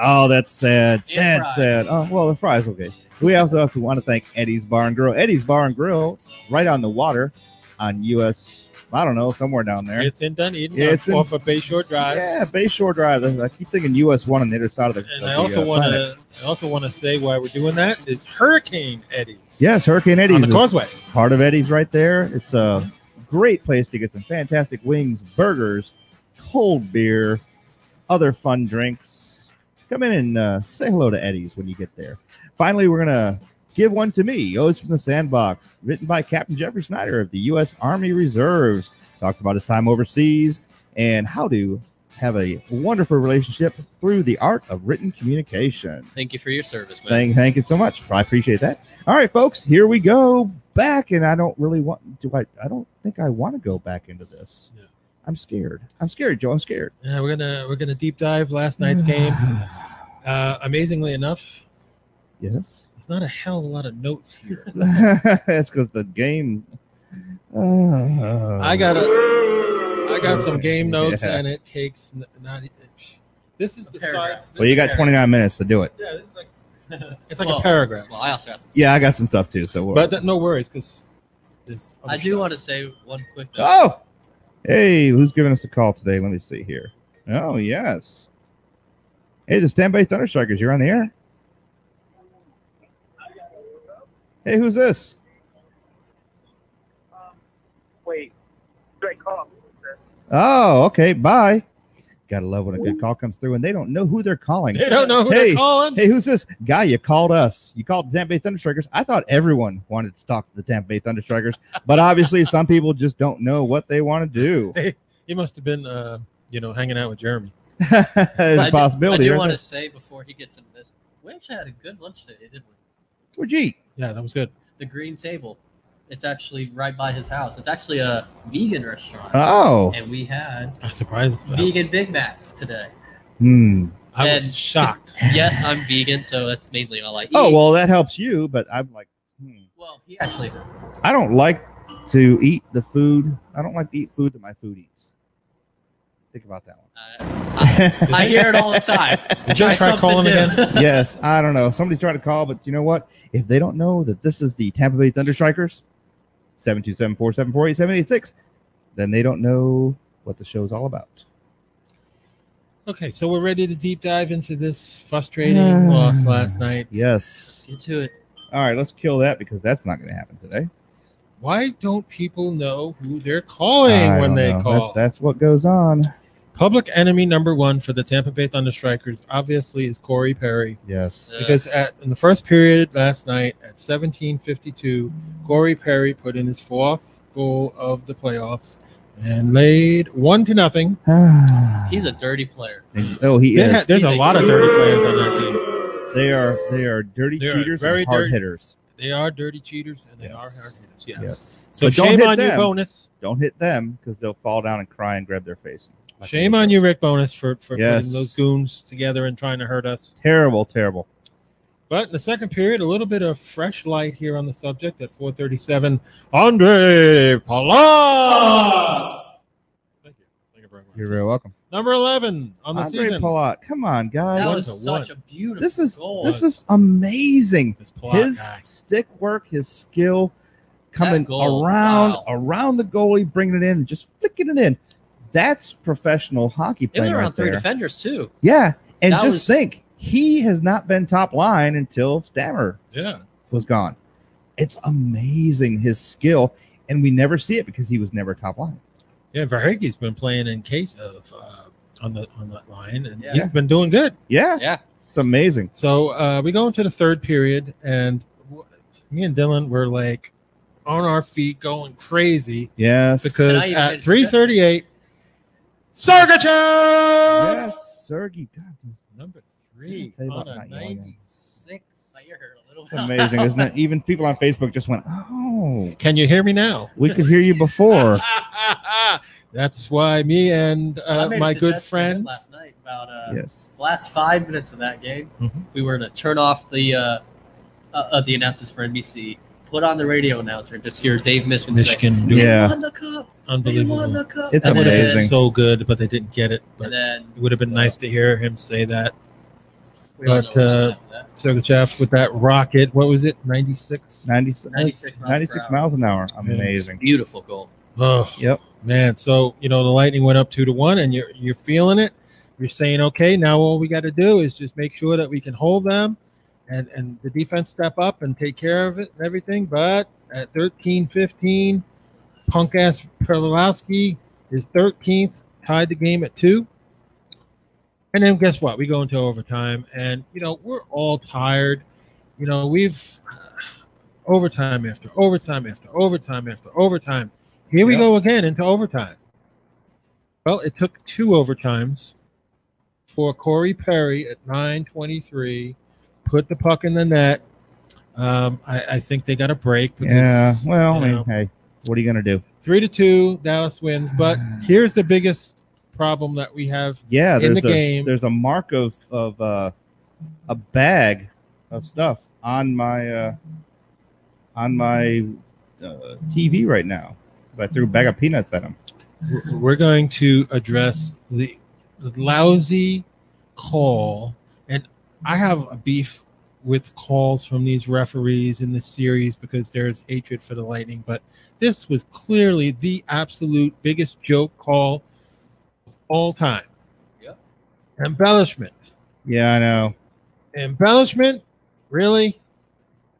[SPEAKER 1] Oh, that's sad. Sad,
[SPEAKER 3] fries.
[SPEAKER 1] sad. Oh, well, the fries, okay. We also have to want to thank Eddie's Bar and Grill. Eddie's Bar and Grill, right on the water on US, I don't know, somewhere down there.
[SPEAKER 2] It's uh, in Dunedin.
[SPEAKER 1] Yeah,
[SPEAKER 2] uh,
[SPEAKER 1] it's in-
[SPEAKER 2] off of Bayshore Drive.
[SPEAKER 1] yeah, Bayshore Drive. I keep thinking US one on the other side of the.
[SPEAKER 2] And
[SPEAKER 1] of
[SPEAKER 2] I
[SPEAKER 1] the,
[SPEAKER 2] also
[SPEAKER 1] uh,
[SPEAKER 2] want
[SPEAKER 1] planet.
[SPEAKER 2] to. I also want to say why we're doing that is Hurricane Eddie's.
[SPEAKER 1] Yes, Hurricane Eddie's.
[SPEAKER 2] on the
[SPEAKER 1] is
[SPEAKER 2] causeway.
[SPEAKER 1] part of Eddie's right there. It's a great place to get some fantastic wings, burgers, cold beer, other fun drinks. Come in and uh, say hello to Eddie's when you get there. Finally, we're gonna give one to me. Odes from the Sandbox, written by Captain Jeffrey Snyder of the U.S. Army Reserves. Talks about his time overseas and how to have a wonderful relationship through the art of written communication.
[SPEAKER 3] Thank you for your service, man.
[SPEAKER 1] Thank, thank you so much. I appreciate that. All right, folks, here we go back, and I don't really want. Do I? I don't think I want to go back into this.
[SPEAKER 3] Yeah.
[SPEAKER 1] I'm scared. I'm scared, Joe. I'm scared.
[SPEAKER 2] Yeah, we're gonna we're gonna deep dive
[SPEAKER 1] (sighs)
[SPEAKER 2] last night's game. Uh, amazingly enough, (laughs)
[SPEAKER 1] yes,
[SPEAKER 2] it's not a hell of a lot of notes here.
[SPEAKER 1] that's because the game. (sighs) Uh,
[SPEAKER 2] I got a, I got some game notes,
[SPEAKER 1] Yeah.
[SPEAKER 2] and it takes n- not. e- This is the
[SPEAKER 3] Paragraph.
[SPEAKER 2] size. this
[SPEAKER 1] Well, you
[SPEAKER 2] is
[SPEAKER 1] got
[SPEAKER 2] a
[SPEAKER 1] 29 minutes to do it.
[SPEAKER 2] paragraph. Yeah, this is
[SPEAKER 3] (laughs)
[SPEAKER 2] like it's like
[SPEAKER 3] Well,
[SPEAKER 2] a paragraph.
[SPEAKER 3] Well, I also got some.
[SPEAKER 1] Yeah, I got some stuff too. So, we're,
[SPEAKER 2] But th- no worries, because this.
[SPEAKER 3] I do want to say one quick. note.
[SPEAKER 1] oh, hey, who's giving us a call today? Let me see here. Oh, yes. Hey, the Standby Thunderstrikers, you're on the air. Hey, who's this?
[SPEAKER 4] Wait, great call.
[SPEAKER 1] Oh, okay. Bye. Gotta love when a good call comes through and they don't know who they're calling.
[SPEAKER 2] They don't know who
[SPEAKER 1] Hey,
[SPEAKER 2] they're calling.
[SPEAKER 1] Hey, who's this guy? You called us. You called the Tampa Bay Thunderstrikers. I thought everyone wanted to talk to the Tampa Bay Thunderstrikers, but obviously some people just don't know what they want to do. (laughs)
[SPEAKER 2] He must have been, uh, you know, hanging out with Jeremy.
[SPEAKER 1] There's a
[SPEAKER 3] I do-
[SPEAKER 1] possibility.
[SPEAKER 3] I do
[SPEAKER 1] right?
[SPEAKER 3] want to say before he gets into this, we actually had a good lunch today, didn't we?
[SPEAKER 1] Where'd you eat?
[SPEAKER 2] Yeah, that was good.
[SPEAKER 3] The Green Table. It's actually right by his house. It's actually a vegan restaurant,
[SPEAKER 1] Oh,
[SPEAKER 3] and we had
[SPEAKER 2] I'm surprised. I,
[SPEAKER 3] vegan Big Macs today.
[SPEAKER 1] hmm.
[SPEAKER 2] I was
[SPEAKER 3] and- (laughs)
[SPEAKER 2] shocked.
[SPEAKER 3] Yes, I'm vegan, so that's mainly all I eat.
[SPEAKER 1] oh well, that helps you. But I'm like, hmm.
[SPEAKER 3] Well, he actually.
[SPEAKER 1] I don't like to eat the food. I don't like to eat food that my food eats. Think about that
[SPEAKER 3] Uh,
[SPEAKER 1] one.
[SPEAKER 3] I
[SPEAKER 1] (laughs)
[SPEAKER 3] hear it all the time.
[SPEAKER 2] Did you try
[SPEAKER 3] something
[SPEAKER 2] calling
[SPEAKER 3] new.
[SPEAKER 2] again?
[SPEAKER 1] yes, I don't know. Somebody tried to call, but you know what? If they don't know that this is the Tampa Bay Thunderstrikers, 727-474-8786, then they don't know what the show's all about.
[SPEAKER 2] Okay, so we're ready to deep dive into this
[SPEAKER 1] (sighs)
[SPEAKER 2] frustrating
[SPEAKER 1] Yeah.
[SPEAKER 2] loss last night.
[SPEAKER 1] Yes.
[SPEAKER 3] Get to it.
[SPEAKER 1] All right, let's kill that because that's not going to happen today.
[SPEAKER 2] Why don't people know who they're calling
[SPEAKER 1] I don't
[SPEAKER 2] when they
[SPEAKER 1] know. That's-
[SPEAKER 2] call?
[SPEAKER 1] That's, what goes on.
[SPEAKER 2] Public enemy number one for the Tampa Bay Thunder Strikers, obviously, is Corey Perry.
[SPEAKER 1] Yes.
[SPEAKER 3] Uh,
[SPEAKER 2] Because at, in the first period last night at 17:52, Corey Perry put in his fourth goal of the playoffs and laid one to nothing.
[SPEAKER 3] he's a dirty player.
[SPEAKER 1] (sighs) oh, he
[SPEAKER 2] They
[SPEAKER 1] is.
[SPEAKER 2] had- there's a
[SPEAKER 3] He's a-
[SPEAKER 2] lot of dirty players on that team.
[SPEAKER 1] They are they are dirty
[SPEAKER 2] They are
[SPEAKER 1] cheaters
[SPEAKER 2] very
[SPEAKER 1] and hard
[SPEAKER 2] dirty.
[SPEAKER 1] hitters.
[SPEAKER 2] They are dirty cheaters and they are
[SPEAKER 1] Yes.
[SPEAKER 2] hard hitters. Yes.
[SPEAKER 1] Yes.
[SPEAKER 2] So
[SPEAKER 1] But don't
[SPEAKER 2] shame
[SPEAKER 1] hit
[SPEAKER 2] on you,
[SPEAKER 1] them.
[SPEAKER 2] bonus.
[SPEAKER 1] Don't hit them because they'll fall down and cry and grab their face.
[SPEAKER 2] Shame on you, Rick Bonus, for, for
[SPEAKER 1] Yes.
[SPEAKER 2] putting those goons together and trying to hurt us.
[SPEAKER 1] Terrible, terrible.
[SPEAKER 2] But in the second period, a little bit of fresh light here on the subject at 437. Andre Pollard! Thank you. Thank you very much.
[SPEAKER 1] You're very welcome.
[SPEAKER 2] Number 11 on the
[SPEAKER 1] Andre
[SPEAKER 2] season.
[SPEAKER 1] Palat. Come on, guys.
[SPEAKER 3] That
[SPEAKER 2] One
[SPEAKER 3] was
[SPEAKER 2] to
[SPEAKER 3] such a beautiful
[SPEAKER 1] this is
[SPEAKER 3] goal.
[SPEAKER 1] this is amazing.
[SPEAKER 2] This Palat
[SPEAKER 1] His
[SPEAKER 2] guy.
[SPEAKER 1] stick work, his skill, coming
[SPEAKER 3] goal,
[SPEAKER 1] around
[SPEAKER 3] wow.
[SPEAKER 1] around the goalie, bringing it in, and just flicking it in. That's professional hockey
[SPEAKER 3] It was
[SPEAKER 1] playing
[SPEAKER 3] around
[SPEAKER 1] right
[SPEAKER 3] three
[SPEAKER 1] there.
[SPEAKER 3] defenders too.
[SPEAKER 1] Yeah, and
[SPEAKER 3] That
[SPEAKER 1] just
[SPEAKER 3] was-
[SPEAKER 1] think, he has not been top line until Stammer
[SPEAKER 2] Yeah.
[SPEAKER 1] was gone. It's amazing his skill, and we never see it because he was never top line.
[SPEAKER 2] Yeah. Verhage's been playing in case of uh, on the on that line, and
[SPEAKER 3] Yeah.
[SPEAKER 2] he's been doing good.
[SPEAKER 1] Yeah,
[SPEAKER 3] Yeah.
[SPEAKER 1] it's amazing.
[SPEAKER 2] So uh, we go into the third period, and w- me and Dylan were like on our feet going crazy
[SPEAKER 1] Yes,
[SPEAKER 3] And
[SPEAKER 2] because
[SPEAKER 3] I even
[SPEAKER 2] at
[SPEAKER 3] made-
[SPEAKER 2] 3:38, Sergachev,
[SPEAKER 1] yes, Sergey. God,
[SPEAKER 2] number three
[SPEAKER 1] Tell you
[SPEAKER 2] on
[SPEAKER 1] about
[SPEAKER 2] a
[SPEAKER 1] not yelling.
[SPEAKER 2] 96.
[SPEAKER 3] (laughs) My ear hurt a little
[SPEAKER 1] it's
[SPEAKER 3] bit. (laughs)
[SPEAKER 1] amazing, isn't it? Even people on Facebook just went, "Oh,
[SPEAKER 2] Can you hear me now?
[SPEAKER 1] we could hear you before."
[SPEAKER 2] (laughs) That's why me and
[SPEAKER 3] I
[SPEAKER 2] uh,
[SPEAKER 3] made a
[SPEAKER 2] my good
[SPEAKER 3] suggestion
[SPEAKER 2] friend.
[SPEAKER 3] last night about uh,
[SPEAKER 1] Yes.
[SPEAKER 3] the last five minutes of that game,
[SPEAKER 2] Mhm.
[SPEAKER 3] we were to turn off the uh, uh, uh, the announcers for NBC, put on the radio announcer, and just hear Dave Michigan, say,
[SPEAKER 2] Michigan, do
[SPEAKER 3] "They
[SPEAKER 1] Yeah.
[SPEAKER 3] won the cup. They won
[SPEAKER 2] unbelievable.
[SPEAKER 3] the cup."
[SPEAKER 1] It's
[SPEAKER 2] That
[SPEAKER 3] and
[SPEAKER 2] would have been
[SPEAKER 1] amazing.
[SPEAKER 2] so good, but they didn't get it. But
[SPEAKER 3] Then, and then
[SPEAKER 2] it would have been nice to hear him say that.
[SPEAKER 3] we all know
[SPEAKER 2] But,
[SPEAKER 3] what
[SPEAKER 2] uh,
[SPEAKER 3] happened after that.
[SPEAKER 2] Sergachev with that rocket. What was it? 96?
[SPEAKER 1] 96,
[SPEAKER 3] 96 miles per
[SPEAKER 1] 96
[SPEAKER 3] hour.
[SPEAKER 1] miles an hour. Amazing.
[SPEAKER 3] beautiful goal.
[SPEAKER 2] Oh,
[SPEAKER 1] Yep.
[SPEAKER 2] man. So, you know, the Lightning went up two to one, and you're, you're feeling it. You're saying, okay, now all we got to do is just make sure that we can hold them and, and the defense step up and take care of it and everything. But at 13 15, punk ass Perlowski is 13th, tied the game at two. And then guess what? We go into overtime, and you know we're all tired. You know we've uh, overtime after overtime after overtime after overtime. Here we
[SPEAKER 1] Yeah.
[SPEAKER 2] go again into overtime. Well, it took two overtimes for Corey Perry at 9:23 put the puck in the net. Um, I, I think they got a break. because,
[SPEAKER 1] Yeah. Well,
[SPEAKER 2] you
[SPEAKER 1] I mean,
[SPEAKER 2] know,
[SPEAKER 1] hey, what are you gonna do?
[SPEAKER 2] three to two, Dallas wins. But here's the biggest problem that we have
[SPEAKER 1] Yeah.
[SPEAKER 2] In
[SPEAKER 1] There's
[SPEAKER 2] the
[SPEAKER 1] a
[SPEAKER 2] game.
[SPEAKER 1] there's a mark of of uh, a bag of stuff on my uh, on my uh, TV right now 'Cause I threw a bag of peanuts at him.
[SPEAKER 2] we're going to address the lousy call and i have a beef with calls from these referees in this series because there's hatred for the lightning but this was clearly the absolute biggest joke call of all time
[SPEAKER 3] Yep.
[SPEAKER 2] embellishment
[SPEAKER 1] Yeah, I know.
[SPEAKER 2] embellishment really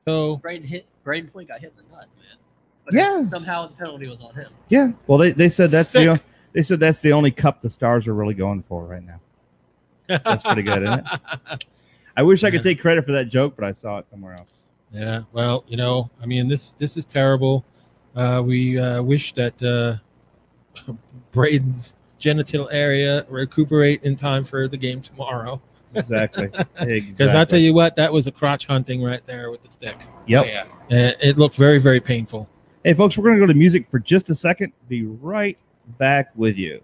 [SPEAKER 2] so (laughs)
[SPEAKER 3] Braden hit Braden Point got hit in the nut, man.
[SPEAKER 1] Yeah.
[SPEAKER 3] Somehow the penalty was on him.
[SPEAKER 1] Yeah. Well, they, they said that's
[SPEAKER 2] Sick.
[SPEAKER 1] the o- they said that's the only cup the stars are really going for right now.
[SPEAKER 2] that's
[SPEAKER 1] pretty good, isn't
[SPEAKER 2] (laughs)
[SPEAKER 1] I wish I could take credit for that joke, but I saw it somewhere else.
[SPEAKER 2] Yeah, well, you know, I mean, this this is terrible. Uh, we uh, wish that uh, (laughs) Braden's genital area recuperate in time for the game tomorrow. (laughs)
[SPEAKER 1] Exactly. exactly.
[SPEAKER 2] Because I tell you what, that was a crotch hunting right there with the stick.
[SPEAKER 1] Yep.
[SPEAKER 3] Oh, yeah.
[SPEAKER 2] And it looked very, very painful.
[SPEAKER 1] Hey, folks, we're going to go to music for just a second. Be right back with you.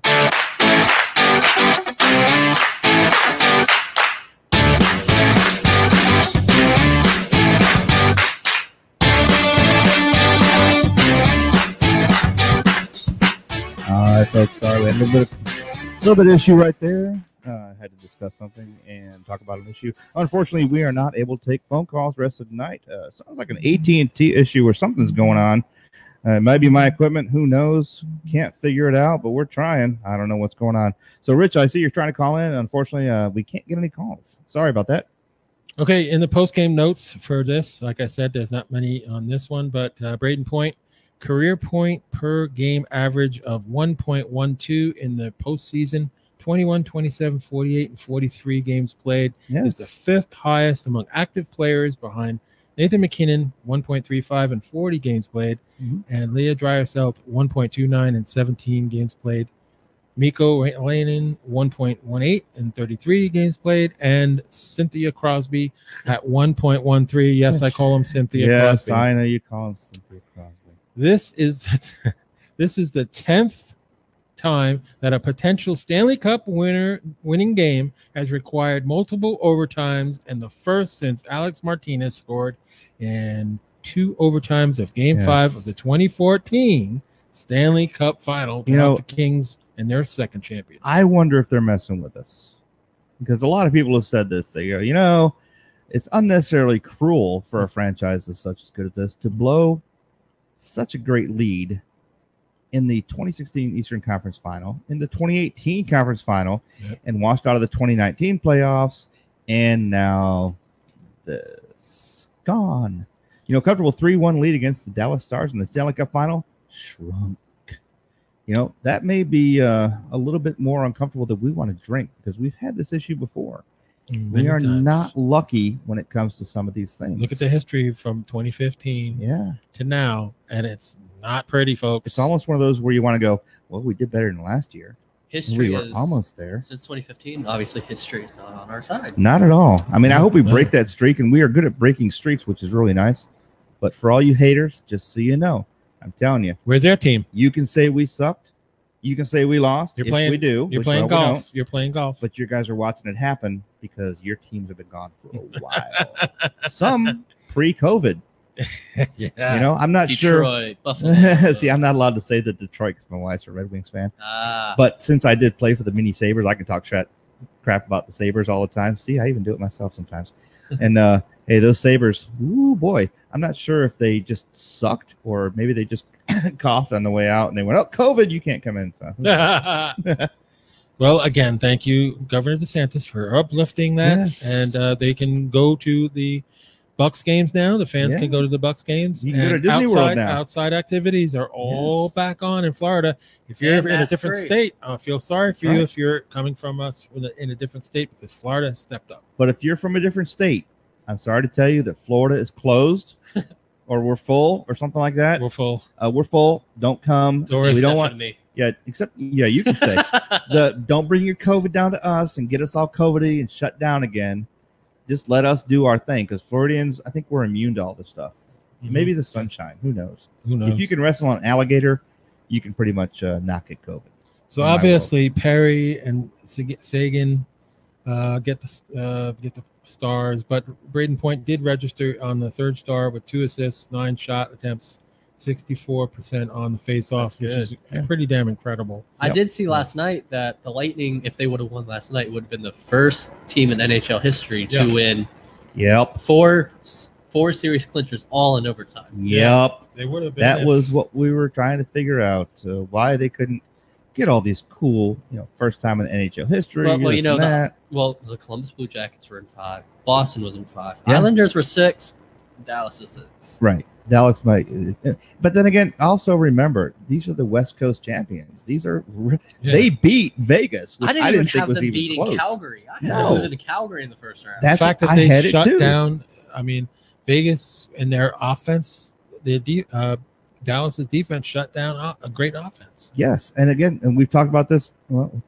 [SPEAKER 1] All right, folks. Sorry, we had a little bit, of, little bit of issue right there. Uh, I had to discuss something and talk about an issue. Unfortunately, we are not able to take phone calls the rest of the night. Uh, sounds like an AT and T issue or something's going on. Uh, it might be my equipment. Who knows? Can't figure it out, but we're trying. I don't know what's going on. So, Rich, I see you're trying to call in. Unfortunately, uh, we can't get any calls. Sorry about that.
[SPEAKER 2] Okay, in the post game notes for this, like I said, there's not many on this one, but uh, Braden Point, career point per game average of 1.12 in the postseason 21, 27, 48, and 43 games played. is the
[SPEAKER 1] Yes.
[SPEAKER 2] fifth highest among active players behind Nathan McKinnon, 1.35 and 40 games played,
[SPEAKER 1] Mhm.
[SPEAKER 2] and Leah Dryeselt, 1.29 and 17 games played. Miko Lanin, 1.18 and 33 games played, and Cynthia Crosby at 1.13. Yes, I call him Cynthia
[SPEAKER 1] Yes,
[SPEAKER 2] Crosby.
[SPEAKER 1] I know you call him Cynthia Crosby.
[SPEAKER 2] This is the, (laughs) this is the tenth time that a potential Stanley Cup winner winning game has required multiple overtimes, and the first since Alex Martinez scored in two overtimes of Game
[SPEAKER 1] Yes.
[SPEAKER 2] Five of the 2014 Stanley Cup Final to
[SPEAKER 1] You know-
[SPEAKER 2] help the Kings and their second champion.
[SPEAKER 1] I wonder if they're messing with us because a lot of people have said this. They go, you know, it's unnecessarily cruel for a franchise that's such as good at this to blow such a great lead in the 2016 Eastern Conference Final, in the 2018 Conference Final,
[SPEAKER 2] Yep.
[SPEAKER 1] and washed out of the 2019 playoffs, and now this gone. You know, comfortable 3 1 lead against the Dallas Stars in the Stanley Cup Final shrunk you know that may be uh, a little bit more uncomfortable that we want to drink because we've had this issue before we
[SPEAKER 2] Many
[SPEAKER 1] are
[SPEAKER 2] times.
[SPEAKER 1] not lucky when it comes to some of these things
[SPEAKER 2] Look at the history from 2015
[SPEAKER 1] yeah
[SPEAKER 2] to now, and it's not pretty, folks.
[SPEAKER 1] it's almost one of those where you want to go well we did better than last year
[SPEAKER 3] History
[SPEAKER 1] we were
[SPEAKER 3] is
[SPEAKER 1] almost there
[SPEAKER 3] since 2015. Obviously, history is not on our side.
[SPEAKER 1] not at all i mean i
[SPEAKER 2] No,
[SPEAKER 1] hope we
[SPEAKER 2] no.
[SPEAKER 1] break that streak and we are good at breaking streaks which is really nice but for all you haters just so you know i'm telling you
[SPEAKER 2] Where's their team?
[SPEAKER 1] you can say we sucked you can say we lost
[SPEAKER 2] You're
[SPEAKER 1] if
[SPEAKER 2] playing-
[SPEAKER 1] we do
[SPEAKER 2] You're
[SPEAKER 1] which,
[SPEAKER 2] playing
[SPEAKER 1] well, we don't.
[SPEAKER 2] golf. You're playing golf.
[SPEAKER 1] but you guys are watching it happen because your teams have been gone for a while. Some pre-COVID.
[SPEAKER 2] yeah.
[SPEAKER 1] You know, I'm not
[SPEAKER 3] Detroit, Buffalo.
[SPEAKER 1] sure. (laughs) See, I'm not allowed to say that Detroit because my wife's a Red Wings fan.
[SPEAKER 3] Ah,
[SPEAKER 1] But since I did play for the Mini Sabers, I can talk chat, crap about the Sabers all the time. See, I even do it myself sometimes. and uh, hey, those Sabers, ooh boy, I'm not sure if they just sucked or maybe they just (coughs) coughed on the way out and they went, "Oh, COVID, you can't come in." So,
[SPEAKER 2] (laughs) well, again, thank you, Governor DeSantis, for uplifting that,
[SPEAKER 1] Yes.
[SPEAKER 2] and uh, they can go to the Bucks games now. The fans
[SPEAKER 1] Yeah.
[SPEAKER 2] can go to the Bucks games.
[SPEAKER 1] You can go to
[SPEAKER 2] And
[SPEAKER 1] Disney
[SPEAKER 2] outside,
[SPEAKER 1] World now.
[SPEAKER 2] Outside activities are all
[SPEAKER 1] Yes.
[SPEAKER 2] back on in Florida. If you're
[SPEAKER 3] And
[SPEAKER 2] ever in a
[SPEAKER 3] that's
[SPEAKER 2] different
[SPEAKER 3] free.
[SPEAKER 2] state, I feel sorry for
[SPEAKER 1] That's
[SPEAKER 2] you
[SPEAKER 1] right.
[SPEAKER 2] if you're coming from us in a, in a different state because Florida has stepped up.
[SPEAKER 1] But if you're from a different state, I'm sorry to tell you that Florida is
[SPEAKER 2] (laughs)
[SPEAKER 1] closed or we're full or something like that.
[SPEAKER 2] We're full.
[SPEAKER 1] Uh, we're full. Don't come.
[SPEAKER 2] Or
[SPEAKER 1] we don't
[SPEAKER 3] Except
[SPEAKER 1] want. (laughs)
[SPEAKER 3] for me.
[SPEAKER 1] Yeah, except yeah, you can
[SPEAKER 2] (laughs)
[SPEAKER 3] (laughs)
[SPEAKER 1] stay. the don't bring your COVID down to us and get us all COVIDy and shut down again. Just let us do our thing because Floridians, I think we're immune to all this stuff. Maybe the sunshine. Who knows?
[SPEAKER 2] Mm-hmm. who knows?
[SPEAKER 1] If you can wrestle an alligator, you can pretty much uh, not get COVID.
[SPEAKER 2] So
[SPEAKER 1] in my world.
[SPEAKER 2] obviously Perry and Sig- Sagan uh, get the uh, get the stars, but Braden Point did register on the third star with two assists, nine shot attempts, sixty four percent on the face off,
[SPEAKER 3] That's
[SPEAKER 2] which is
[SPEAKER 1] Yeah.
[SPEAKER 2] pretty damn incredible.
[SPEAKER 3] I
[SPEAKER 1] Yep.
[SPEAKER 3] did see last night that the Lightning, if they would have won last night, would have been the first team in NHL history to
[SPEAKER 2] Yeah.
[SPEAKER 3] win
[SPEAKER 1] Yep.
[SPEAKER 3] four four series clinchers all in overtime.
[SPEAKER 1] Yep.
[SPEAKER 2] They would have been
[SPEAKER 1] that
[SPEAKER 2] if-
[SPEAKER 1] was what we were trying to figure out uh, why they couldn't get all these cool, you know, first time in NHL history.
[SPEAKER 3] Well- well, you
[SPEAKER 1] this
[SPEAKER 3] know,
[SPEAKER 1] and
[SPEAKER 3] the-
[SPEAKER 1] that.
[SPEAKER 3] Well, the Columbus Blue Jackets were in five. Boston was in five.
[SPEAKER 1] Yeah.
[SPEAKER 3] Islanders were six. Dallas is six.
[SPEAKER 1] right. Dallas might, uh, but then again, also remember these are the West Coast champions. These are r
[SPEAKER 2] yeah.
[SPEAKER 1] they beat Vegas, which
[SPEAKER 3] I didn't, even
[SPEAKER 1] think
[SPEAKER 3] have
[SPEAKER 1] was
[SPEAKER 3] them
[SPEAKER 1] even
[SPEAKER 3] beating
[SPEAKER 1] close.
[SPEAKER 3] Calgary. I had
[SPEAKER 1] No.
[SPEAKER 3] them losing to Calgary in the first round.
[SPEAKER 1] That's
[SPEAKER 2] the fact
[SPEAKER 1] what
[SPEAKER 2] that
[SPEAKER 1] I
[SPEAKER 2] they
[SPEAKER 1] had it
[SPEAKER 2] shut
[SPEAKER 1] too.
[SPEAKER 2] down. I mean, Vegas and their offense, their de- uh, Dallas's defense shut down o- a great offense.
[SPEAKER 1] Yes, and again, and we've talked about this. Well,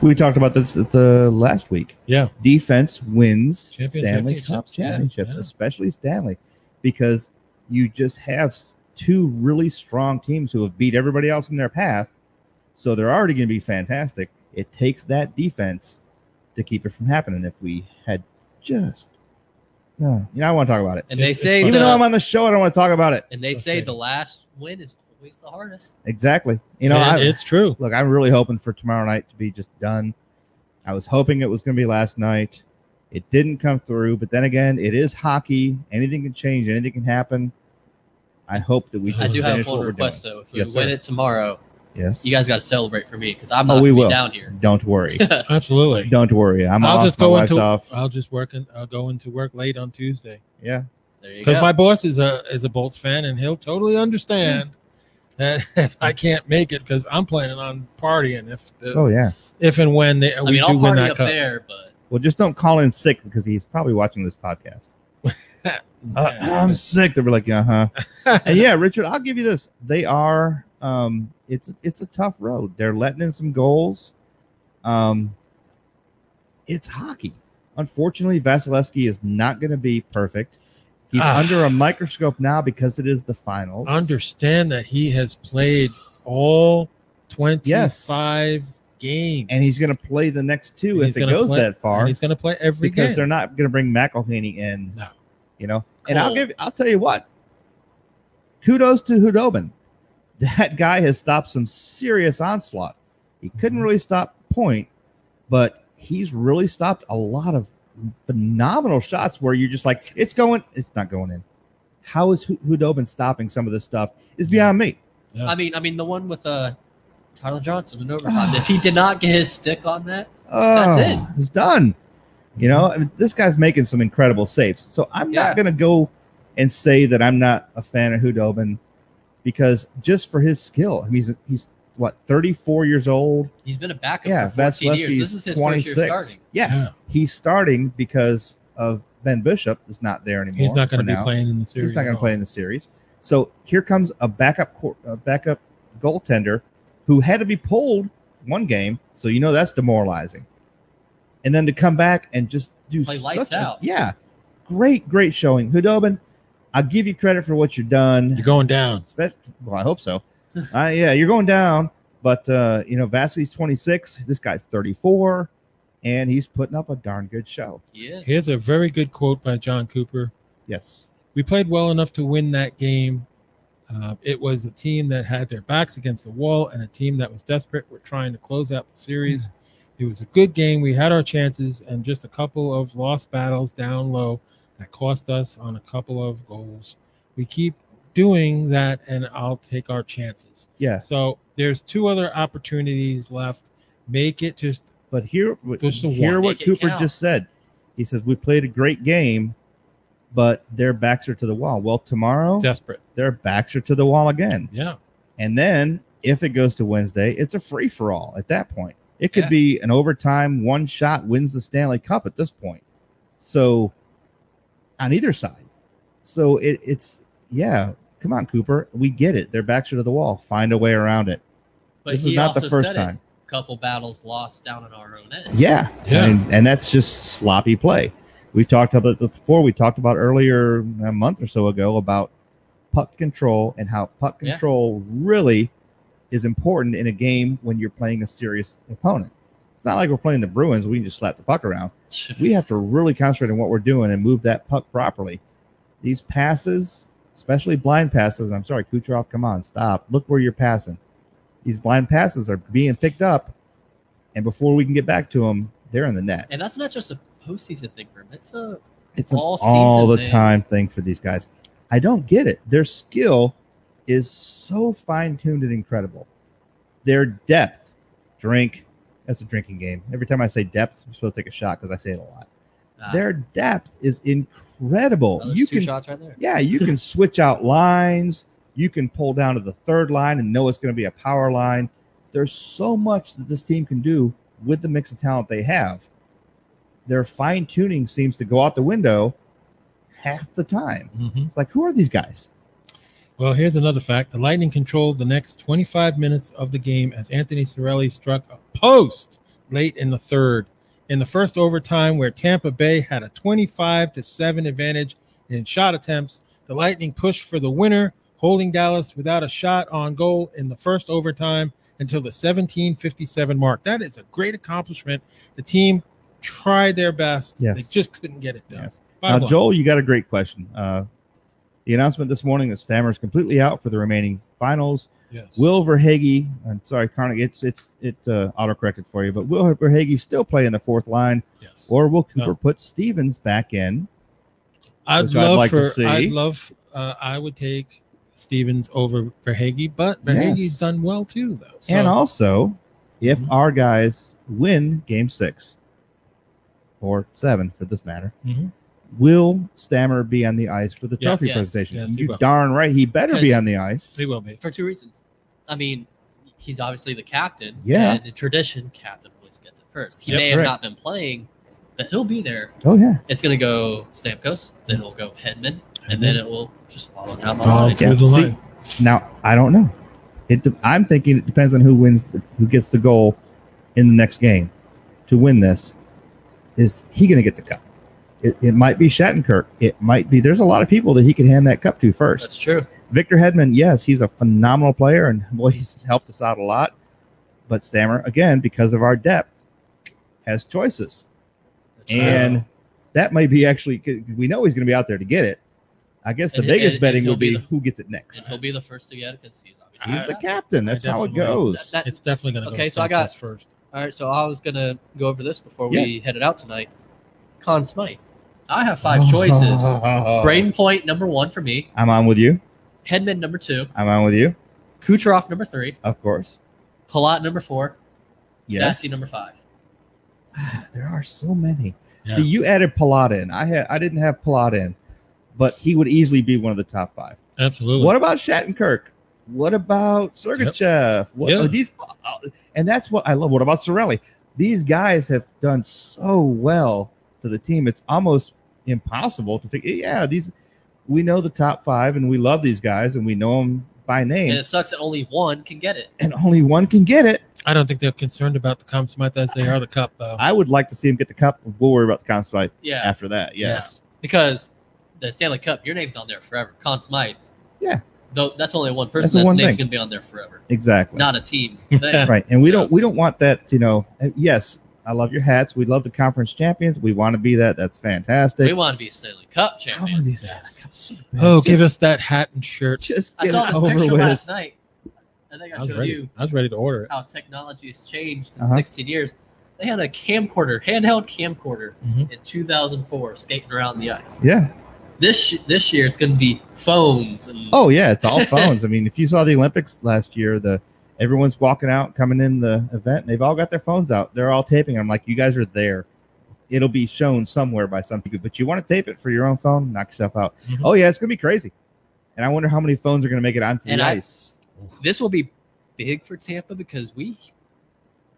[SPEAKER 1] we talked about this at the last week.
[SPEAKER 2] Yeah.
[SPEAKER 1] defense wins
[SPEAKER 2] Champion-
[SPEAKER 1] Stanley Cup
[SPEAKER 2] championships, yeah,
[SPEAKER 1] championships,
[SPEAKER 2] yeah.
[SPEAKER 1] especially Stanley, because you just have s- two really strong teams who have beat everybody else in their path. So they're already going to be fantastic. It takes that defense to keep it from happening. If we had just, no, you know, I want to talk about it.
[SPEAKER 3] and they
[SPEAKER 2] It's
[SPEAKER 3] say
[SPEAKER 2] fine.
[SPEAKER 1] Even
[SPEAKER 3] the,
[SPEAKER 1] though I'm on the show, I don't want to talk about it.
[SPEAKER 3] and they say
[SPEAKER 2] Okay.
[SPEAKER 3] the last win is always the hardest.
[SPEAKER 1] Exactly. You know,
[SPEAKER 2] And
[SPEAKER 1] I,
[SPEAKER 2] it's true.
[SPEAKER 1] look, I'm really hoping for tomorrow night to be just done. I was hoping it was going to be last night. It didn't come through, but then again, it is hockey. Anything can change. Anything can happen. I hope that we just
[SPEAKER 3] I do have a
[SPEAKER 1] finish
[SPEAKER 3] full
[SPEAKER 1] what we're
[SPEAKER 3] request though. If we
[SPEAKER 1] Yes,
[SPEAKER 3] win
[SPEAKER 1] sir.
[SPEAKER 3] it tomorrow,
[SPEAKER 1] doing. Yes.
[SPEAKER 3] you guys got to celebrate for me because I'm
[SPEAKER 1] Oh,
[SPEAKER 3] not
[SPEAKER 1] we
[SPEAKER 3] gonna be
[SPEAKER 1] will.
[SPEAKER 3] down here.
[SPEAKER 1] Don't
[SPEAKER 3] (laughs)
[SPEAKER 1] worry. (laughs)
[SPEAKER 2] Absolutely.
[SPEAKER 1] Don't worry. I'm
[SPEAKER 2] I'll
[SPEAKER 1] off.
[SPEAKER 2] just
[SPEAKER 1] My
[SPEAKER 2] go
[SPEAKER 1] wife's
[SPEAKER 2] into
[SPEAKER 1] off.
[SPEAKER 2] I'll just work and I'll go into work late on Tuesday
[SPEAKER 1] Yeah.
[SPEAKER 3] There you
[SPEAKER 2] because
[SPEAKER 3] go.
[SPEAKER 2] my boss is a is a Bolts fan and he'll totally understand that (laughs) if I can't make it because I'm planning on partying if the,
[SPEAKER 1] Oh yeah.
[SPEAKER 2] if and when they
[SPEAKER 3] I
[SPEAKER 2] we
[SPEAKER 3] mean,
[SPEAKER 2] do
[SPEAKER 3] I'll
[SPEAKER 2] win
[SPEAKER 3] party
[SPEAKER 2] that
[SPEAKER 3] up
[SPEAKER 2] cup.
[SPEAKER 3] there, but
[SPEAKER 1] Well, just don't call in sick because he's probably watching this podcast. Uh, I'm sick. They were like, uh huh. (laughs) and yeah, Richard, I'll give you this. They are um it's it's a tough road. They're letting in some goals. Um it's hockey. Unfortunately, Vasilevsky is not gonna be perfect. He's
[SPEAKER 2] Ah.
[SPEAKER 1] under a microscope now because it is the finals.
[SPEAKER 2] (laughs) understand that he has played all twenty five games
[SPEAKER 1] and he's gonna play the next two
[SPEAKER 2] And
[SPEAKER 1] if
[SPEAKER 2] he's
[SPEAKER 1] it
[SPEAKER 2] gonna
[SPEAKER 1] goes
[SPEAKER 2] play-
[SPEAKER 1] that far
[SPEAKER 2] and he's going to play every
[SPEAKER 1] because
[SPEAKER 2] game.
[SPEAKER 1] they're not gonna bring McElhaney in.
[SPEAKER 2] No.
[SPEAKER 1] You know, and I'll
[SPEAKER 3] Cole.
[SPEAKER 1] give I'll tell you what. Kudos to Hudobin. (laughs) That guy has stopped some serious onslaught. He couldn't
[SPEAKER 2] Mhm.
[SPEAKER 1] really stop point, but he's really stopped a lot of phenomenal shots where you're just like, it's going, it's not going in. How is Hu- Hudobin stopping some of this stuff? Is beyond me.
[SPEAKER 2] Yeah.
[SPEAKER 3] I mean, I mean the one with uh, Tyler Johnson
[SPEAKER 1] (sighs)
[SPEAKER 3] in overtime. if he did not get his stick on that,
[SPEAKER 1] Oh,
[SPEAKER 3] That's it.
[SPEAKER 1] It's done. You know, I mean, this guy's making some incredible saves. So I'm
[SPEAKER 3] Yeah.
[SPEAKER 1] not going to go and say that I'm not a fan of Hudobin because just for his skill, I mean, he's he's what 34 years old.
[SPEAKER 3] he's been a backup
[SPEAKER 1] Yeah,
[SPEAKER 3] for 14 years. This
[SPEAKER 1] Vasilevsky's
[SPEAKER 3] is his first year
[SPEAKER 1] 26.
[SPEAKER 3] starting.
[SPEAKER 1] Yeah,
[SPEAKER 2] Yeah.
[SPEAKER 1] he's starting because of Ben Bishop is not there anymore.
[SPEAKER 2] he's not going
[SPEAKER 1] for
[SPEAKER 2] to be
[SPEAKER 1] now.
[SPEAKER 2] playing in the series.
[SPEAKER 1] He's not
[SPEAKER 2] at
[SPEAKER 1] going to
[SPEAKER 2] all.
[SPEAKER 1] play in the series. So here comes a backup cor- a backup goaltender who had to be pulled one game. So you know that's demoralizing. And then to come back and just do
[SPEAKER 3] Play
[SPEAKER 1] such
[SPEAKER 3] lights
[SPEAKER 1] a-
[SPEAKER 3] out.
[SPEAKER 1] yeah, great, great showing, Hudobin. I give you credit for what you've done.
[SPEAKER 2] You're going down.
[SPEAKER 1] Spe- well, I hope so. (laughs) uh, yeah, you're going down, but uh, you know Vasily's 26. This guy's 34, and he's putting up a darn good show.
[SPEAKER 3] He is.
[SPEAKER 2] Here's a very good quote by John Cooper.
[SPEAKER 1] Yes,
[SPEAKER 2] we played well enough to win that game. Uh, it was a team that had their backs against the wall and a team that was desperate. We're trying to close out the series. It was a good game. We had our chances and just a couple of lost battles down low that cost us on a couple of goals. We keep doing that, and I'll take our chances.
[SPEAKER 1] yes.
[SPEAKER 2] So there's two other opportunities left. Make it just
[SPEAKER 1] But hear
[SPEAKER 2] Just the
[SPEAKER 1] hear
[SPEAKER 2] one.
[SPEAKER 1] what
[SPEAKER 3] Make it
[SPEAKER 1] Cooper
[SPEAKER 3] count.
[SPEAKER 1] just said. He says we played a great game, but their backs are to the wall. Well, tomorrow
[SPEAKER 2] Desperate.
[SPEAKER 1] their backs are to the wall again.
[SPEAKER 2] Yeah.
[SPEAKER 1] And then if it goes to Wednesday, it's a free for all at that point. It could
[SPEAKER 3] Yeah.
[SPEAKER 1] be an overtime one shot wins the Stanley Cup at this point. So on either side. So it, it's yeah, come on, Cooper. We get it. Their backs are to the wall. Find a way around it.
[SPEAKER 3] But
[SPEAKER 1] this
[SPEAKER 3] he
[SPEAKER 1] is not the
[SPEAKER 3] also
[SPEAKER 1] first
[SPEAKER 3] said
[SPEAKER 1] time.
[SPEAKER 3] It, couple battles lost down in our own
[SPEAKER 1] (laughs)
[SPEAKER 3] end.
[SPEAKER 1] Yeah.
[SPEAKER 2] Yeah.
[SPEAKER 1] And, and that's just sloppy play. We talked about this before. We talked about earlier a month or so ago about puck control and how puck
[SPEAKER 3] Yeah.
[SPEAKER 1] control really is important in a game when you're playing a serious opponent. It's not like we're playing the Bruins. We can just slap the puck around. We have to really concentrate on what we're doing and move that puck properly. These passes, especially blind passes, I'm sorry, Kucherov, come on, stop. Look where you're passing. These blind passes are being picked up, and before we can get back to them, they're in the net.
[SPEAKER 3] (laughs) and that's not just a postseason thing for him. It's a
[SPEAKER 1] It's an all,
[SPEAKER 3] all season
[SPEAKER 1] the
[SPEAKER 3] thing.
[SPEAKER 1] time thing for these guys. I don't get it. Their skill is so fine tuned and incredible. Their depth, drink, that's a drinking game. Every time I say depth, I'm supposed to take a shot because I say it a lot.
[SPEAKER 3] uh,
[SPEAKER 1] Their depth is incredible.
[SPEAKER 3] oh, there's
[SPEAKER 1] you
[SPEAKER 3] two
[SPEAKER 1] can,
[SPEAKER 3] shots right there.
[SPEAKER 1] yeah, you
[SPEAKER 3] (laughs)
[SPEAKER 1] can switch out lines. You can pull down to the third line and know it's going to be a power line. There's so much that this team can do with the mix of talent they have. Their fine tuning seems to go out the window half the time.
[SPEAKER 2] Mm-hmm.
[SPEAKER 1] It's like, who are these guys?
[SPEAKER 2] Well, here's another fact. The Lightning controlled the next 25 minutes of the game as Anthony Sorelli struck a post late in the third. In the first overtime, where Tampa Bay had a 25 to 7 advantage in shot attempts, the Lightning pushed for the winner, holding Dallas without a shot on goal in the first overtime until the 1757 mark. That is a great accomplishment. The team tried their best.
[SPEAKER 1] Yes.
[SPEAKER 2] They just couldn't get it done.
[SPEAKER 1] Yes.
[SPEAKER 2] Bottom
[SPEAKER 1] now,
[SPEAKER 2] line.
[SPEAKER 1] Joel, you got a great question. Uh, the announcement this morning that Stammer's completely out for the remaining finals.
[SPEAKER 2] Yes.
[SPEAKER 1] Will Verhage, I'm sorry, Carnegie, it's it's it uh, autocorrected for you, but will Verhage still play in the fourth line?
[SPEAKER 2] yes.
[SPEAKER 1] or will Cooper
[SPEAKER 2] No.
[SPEAKER 1] put Stevens back in?
[SPEAKER 2] I'd
[SPEAKER 1] which I'd
[SPEAKER 2] love
[SPEAKER 1] like to
[SPEAKER 2] for,
[SPEAKER 1] see.
[SPEAKER 2] I'd love. Uh, I would take Stevens over Verhage, but Verhage's
[SPEAKER 1] Yes.
[SPEAKER 2] done well too, though. So,
[SPEAKER 1] and also, if
[SPEAKER 2] Mhm.
[SPEAKER 1] our guys win game six or seven for this matter,
[SPEAKER 2] Mhm.
[SPEAKER 1] will Stammer be on the ice for the
[SPEAKER 2] Yes.
[SPEAKER 1] trophy
[SPEAKER 3] Yes.
[SPEAKER 1] presentation?
[SPEAKER 2] Yes, he
[SPEAKER 1] you
[SPEAKER 2] will.
[SPEAKER 1] darn right, he better be
[SPEAKER 3] Because-
[SPEAKER 1] on the ice.
[SPEAKER 2] he will be.
[SPEAKER 3] for two reasons. I mean, he's obviously the captain.
[SPEAKER 1] Yeah.
[SPEAKER 3] And in tradition, captain always gets it first. He
[SPEAKER 2] Yep,
[SPEAKER 3] may have
[SPEAKER 1] correct.
[SPEAKER 3] not been playing, but he'll be there.
[SPEAKER 1] Oh, yeah.
[SPEAKER 3] It's going to go Stamkos, then it'll go Hedman,
[SPEAKER 2] Hedman.
[SPEAKER 3] and then it will just follow down the
[SPEAKER 2] Follow
[SPEAKER 3] line.
[SPEAKER 2] through the
[SPEAKER 1] See,
[SPEAKER 2] line.
[SPEAKER 1] Now, I don't know. It, de- I'm thinking it depends on who wins, the, who gets the goal in the next game to win this. Is he going to get the cup? It, it might be Shattenkirk. It might be. There's a lot of people that he could hand that cup to first.
[SPEAKER 3] That's true.
[SPEAKER 1] Victor Hedman, yes, he's a phenomenal player and (laughs) well, he's helped us out a lot. But Stammer, again, because of our depth, has choices.
[SPEAKER 3] That's true.
[SPEAKER 1] And that may be actually, we know he's going to be out there to get it. I guess the
[SPEAKER 3] And-
[SPEAKER 1] biggest
[SPEAKER 3] and-
[SPEAKER 1] betting
[SPEAKER 3] and
[SPEAKER 1] will
[SPEAKER 3] he'll be
[SPEAKER 1] be
[SPEAKER 3] the-
[SPEAKER 1] who gets it next.
[SPEAKER 3] and he'll be the first to get it because he's obviously
[SPEAKER 1] He's the
[SPEAKER 3] captain.
[SPEAKER 1] captain.
[SPEAKER 2] I
[SPEAKER 1] That's how it
[SPEAKER 2] definitely-
[SPEAKER 1] goes.
[SPEAKER 3] That-
[SPEAKER 2] It's definitely going to go.
[SPEAKER 3] Okay, so I got-
[SPEAKER 2] Stamkos (laughs) first.
[SPEAKER 3] All right, so I was gonna go over this before we headed out tonight. Con Smythe. I have
[SPEAKER 1] (laughs)
[SPEAKER 3] five choices. Brain Point number one for me.
[SPEAKER 1] I'm on with you.
[SPEAKER 3] Hedman number two.
[SPEAKER 1] I'm on with you.
[SPEAKER 3] Kucherov number three.
[SPEAKER 1] Of course.
[SPEAKER 3] Palat number four.
[SPEAKER 1] Yes. Ah,
[SPEAKER 3] Nasty number five.
[SPEAKER 1] There are so many.
[SPEAKER 2] Yeah.
[SPEAKER 1] See, you added Palat in. I had I didn't have Palat in, but he would easily be one of the top five.
[SPEAKER 2] Absolutely.
[SPEAKER 1] What about Shattenkirk? What about Sergachev? What
[SPEAKER 2] Yeah.
[SPEAKER 1] these? uh, and that's what I love. What about Sorelli? These guys have done so well for the team. It's almost impossible to figure. Yeah, these we know the top five, and we love these guys, and we know them by name,
[SPEAKER 3] And
[SPEAKER 1] and,
[SPEAKER 3] it sucks that only one can get it.
[SPEAKER 1] only one can get it.
[SPEAKER 2] I don't think they're concerned about the Com Smythe as they are the cup, though.
[SPEAKER 1] I would like to see him get the cup. We'll worry about the conference fight
[SPEAKER 3] Yeah.
[SPEAKER 1] after that. Yes,
[SPEAKER 3] Because the Stanley Cup, your name's on there forever. Con Smythe.
[SPEAKER 1] Yeah.
[SPEAKER 3] Though that's only one
[SPEAKER 1] That's the
[SPEAKER 3] person. That's
[SPEAKER 1] one
[SPEAKER 3] name's
[SPEAKER 1] thing.
[SPEAKER 3] gonna be on there forever.
[SPEAKER 1] exactly.
[SPEAKER 3] Not
[SPEAKER 1] (laughs)
[SPEAKER 3] a team. thing.
[SPEAKER 1] right and we
[SPEAKER 3] So-
[SPEAKER 1] don't we don't want that you know uh, yes i love your hats we love the conference champions we want to be that that's fantastic
[SPEAKER 3] we want to be a Stanley Cup
[SPEAKER 1] I wanna
[SPEAKER 3] champion.
[SPEAKER 1] be
[SPEAKER 2] Yes.
[SPEAKER 1] that so bad.
[SPEAKER 2] oh,
[SPEAKER 1] Just-
[SPEAKER 2] give us that hat and shirt.
[SPEAKER 1] just
[SPEAKER 3] I
[SPEAKER 1] get
[SPEAKER 3] saw
[SPEAKER 1] it
[SPEAKER 3] this
[SPEAKER 1] over
[SPEAKER 3] picture
[SPEAKER 1] with
[SPEAKER 3] last night. I think
[SPEAKER 2] I
[SPEAKER 3] I
[SPEAKER 2] was
[SPEAKER 3] showed you
[SPEAKER 2] ready. I was ready to order it.
[SPEAKER 3] how technology has changed in
[SPEAKER 1] Uh-huh.
[SPEAKER 3] 16 years. They had a camcorder, handheld camcorder,
[SPEAKER 1] Mm-hmm.
[SPEAKER 2] Mhm.
[SPEAKER 3] in 2004, skating around the ice.
[SPEAKER 1] yeah
[SPEAKER 3] This sh- this year, it's going to be phones and
[SPEAKER 1] oh yeah it's all phones i mean if you saw the olympics last year the everyone's walking out coming in the event and they've all got their phones out they're all taping i'm like you guys are there it'll be shown somewhere by some people. But you want to tape it for your own phone, knock yourself out.
[SPEAKER 2] Mhm.
[SPEAKER 3] Mm-hmm.
[SPEAKER 1] Oh yeah, it's gonna be crazy. And I wonder how many phones are gonna make it onto
[SPEAKER 3] And
[SPEAKER 1] the
[SPEAKER 3] I-
[SPEAKER 1] ice.
[SPEAKER 3] This will be big for Tampa because we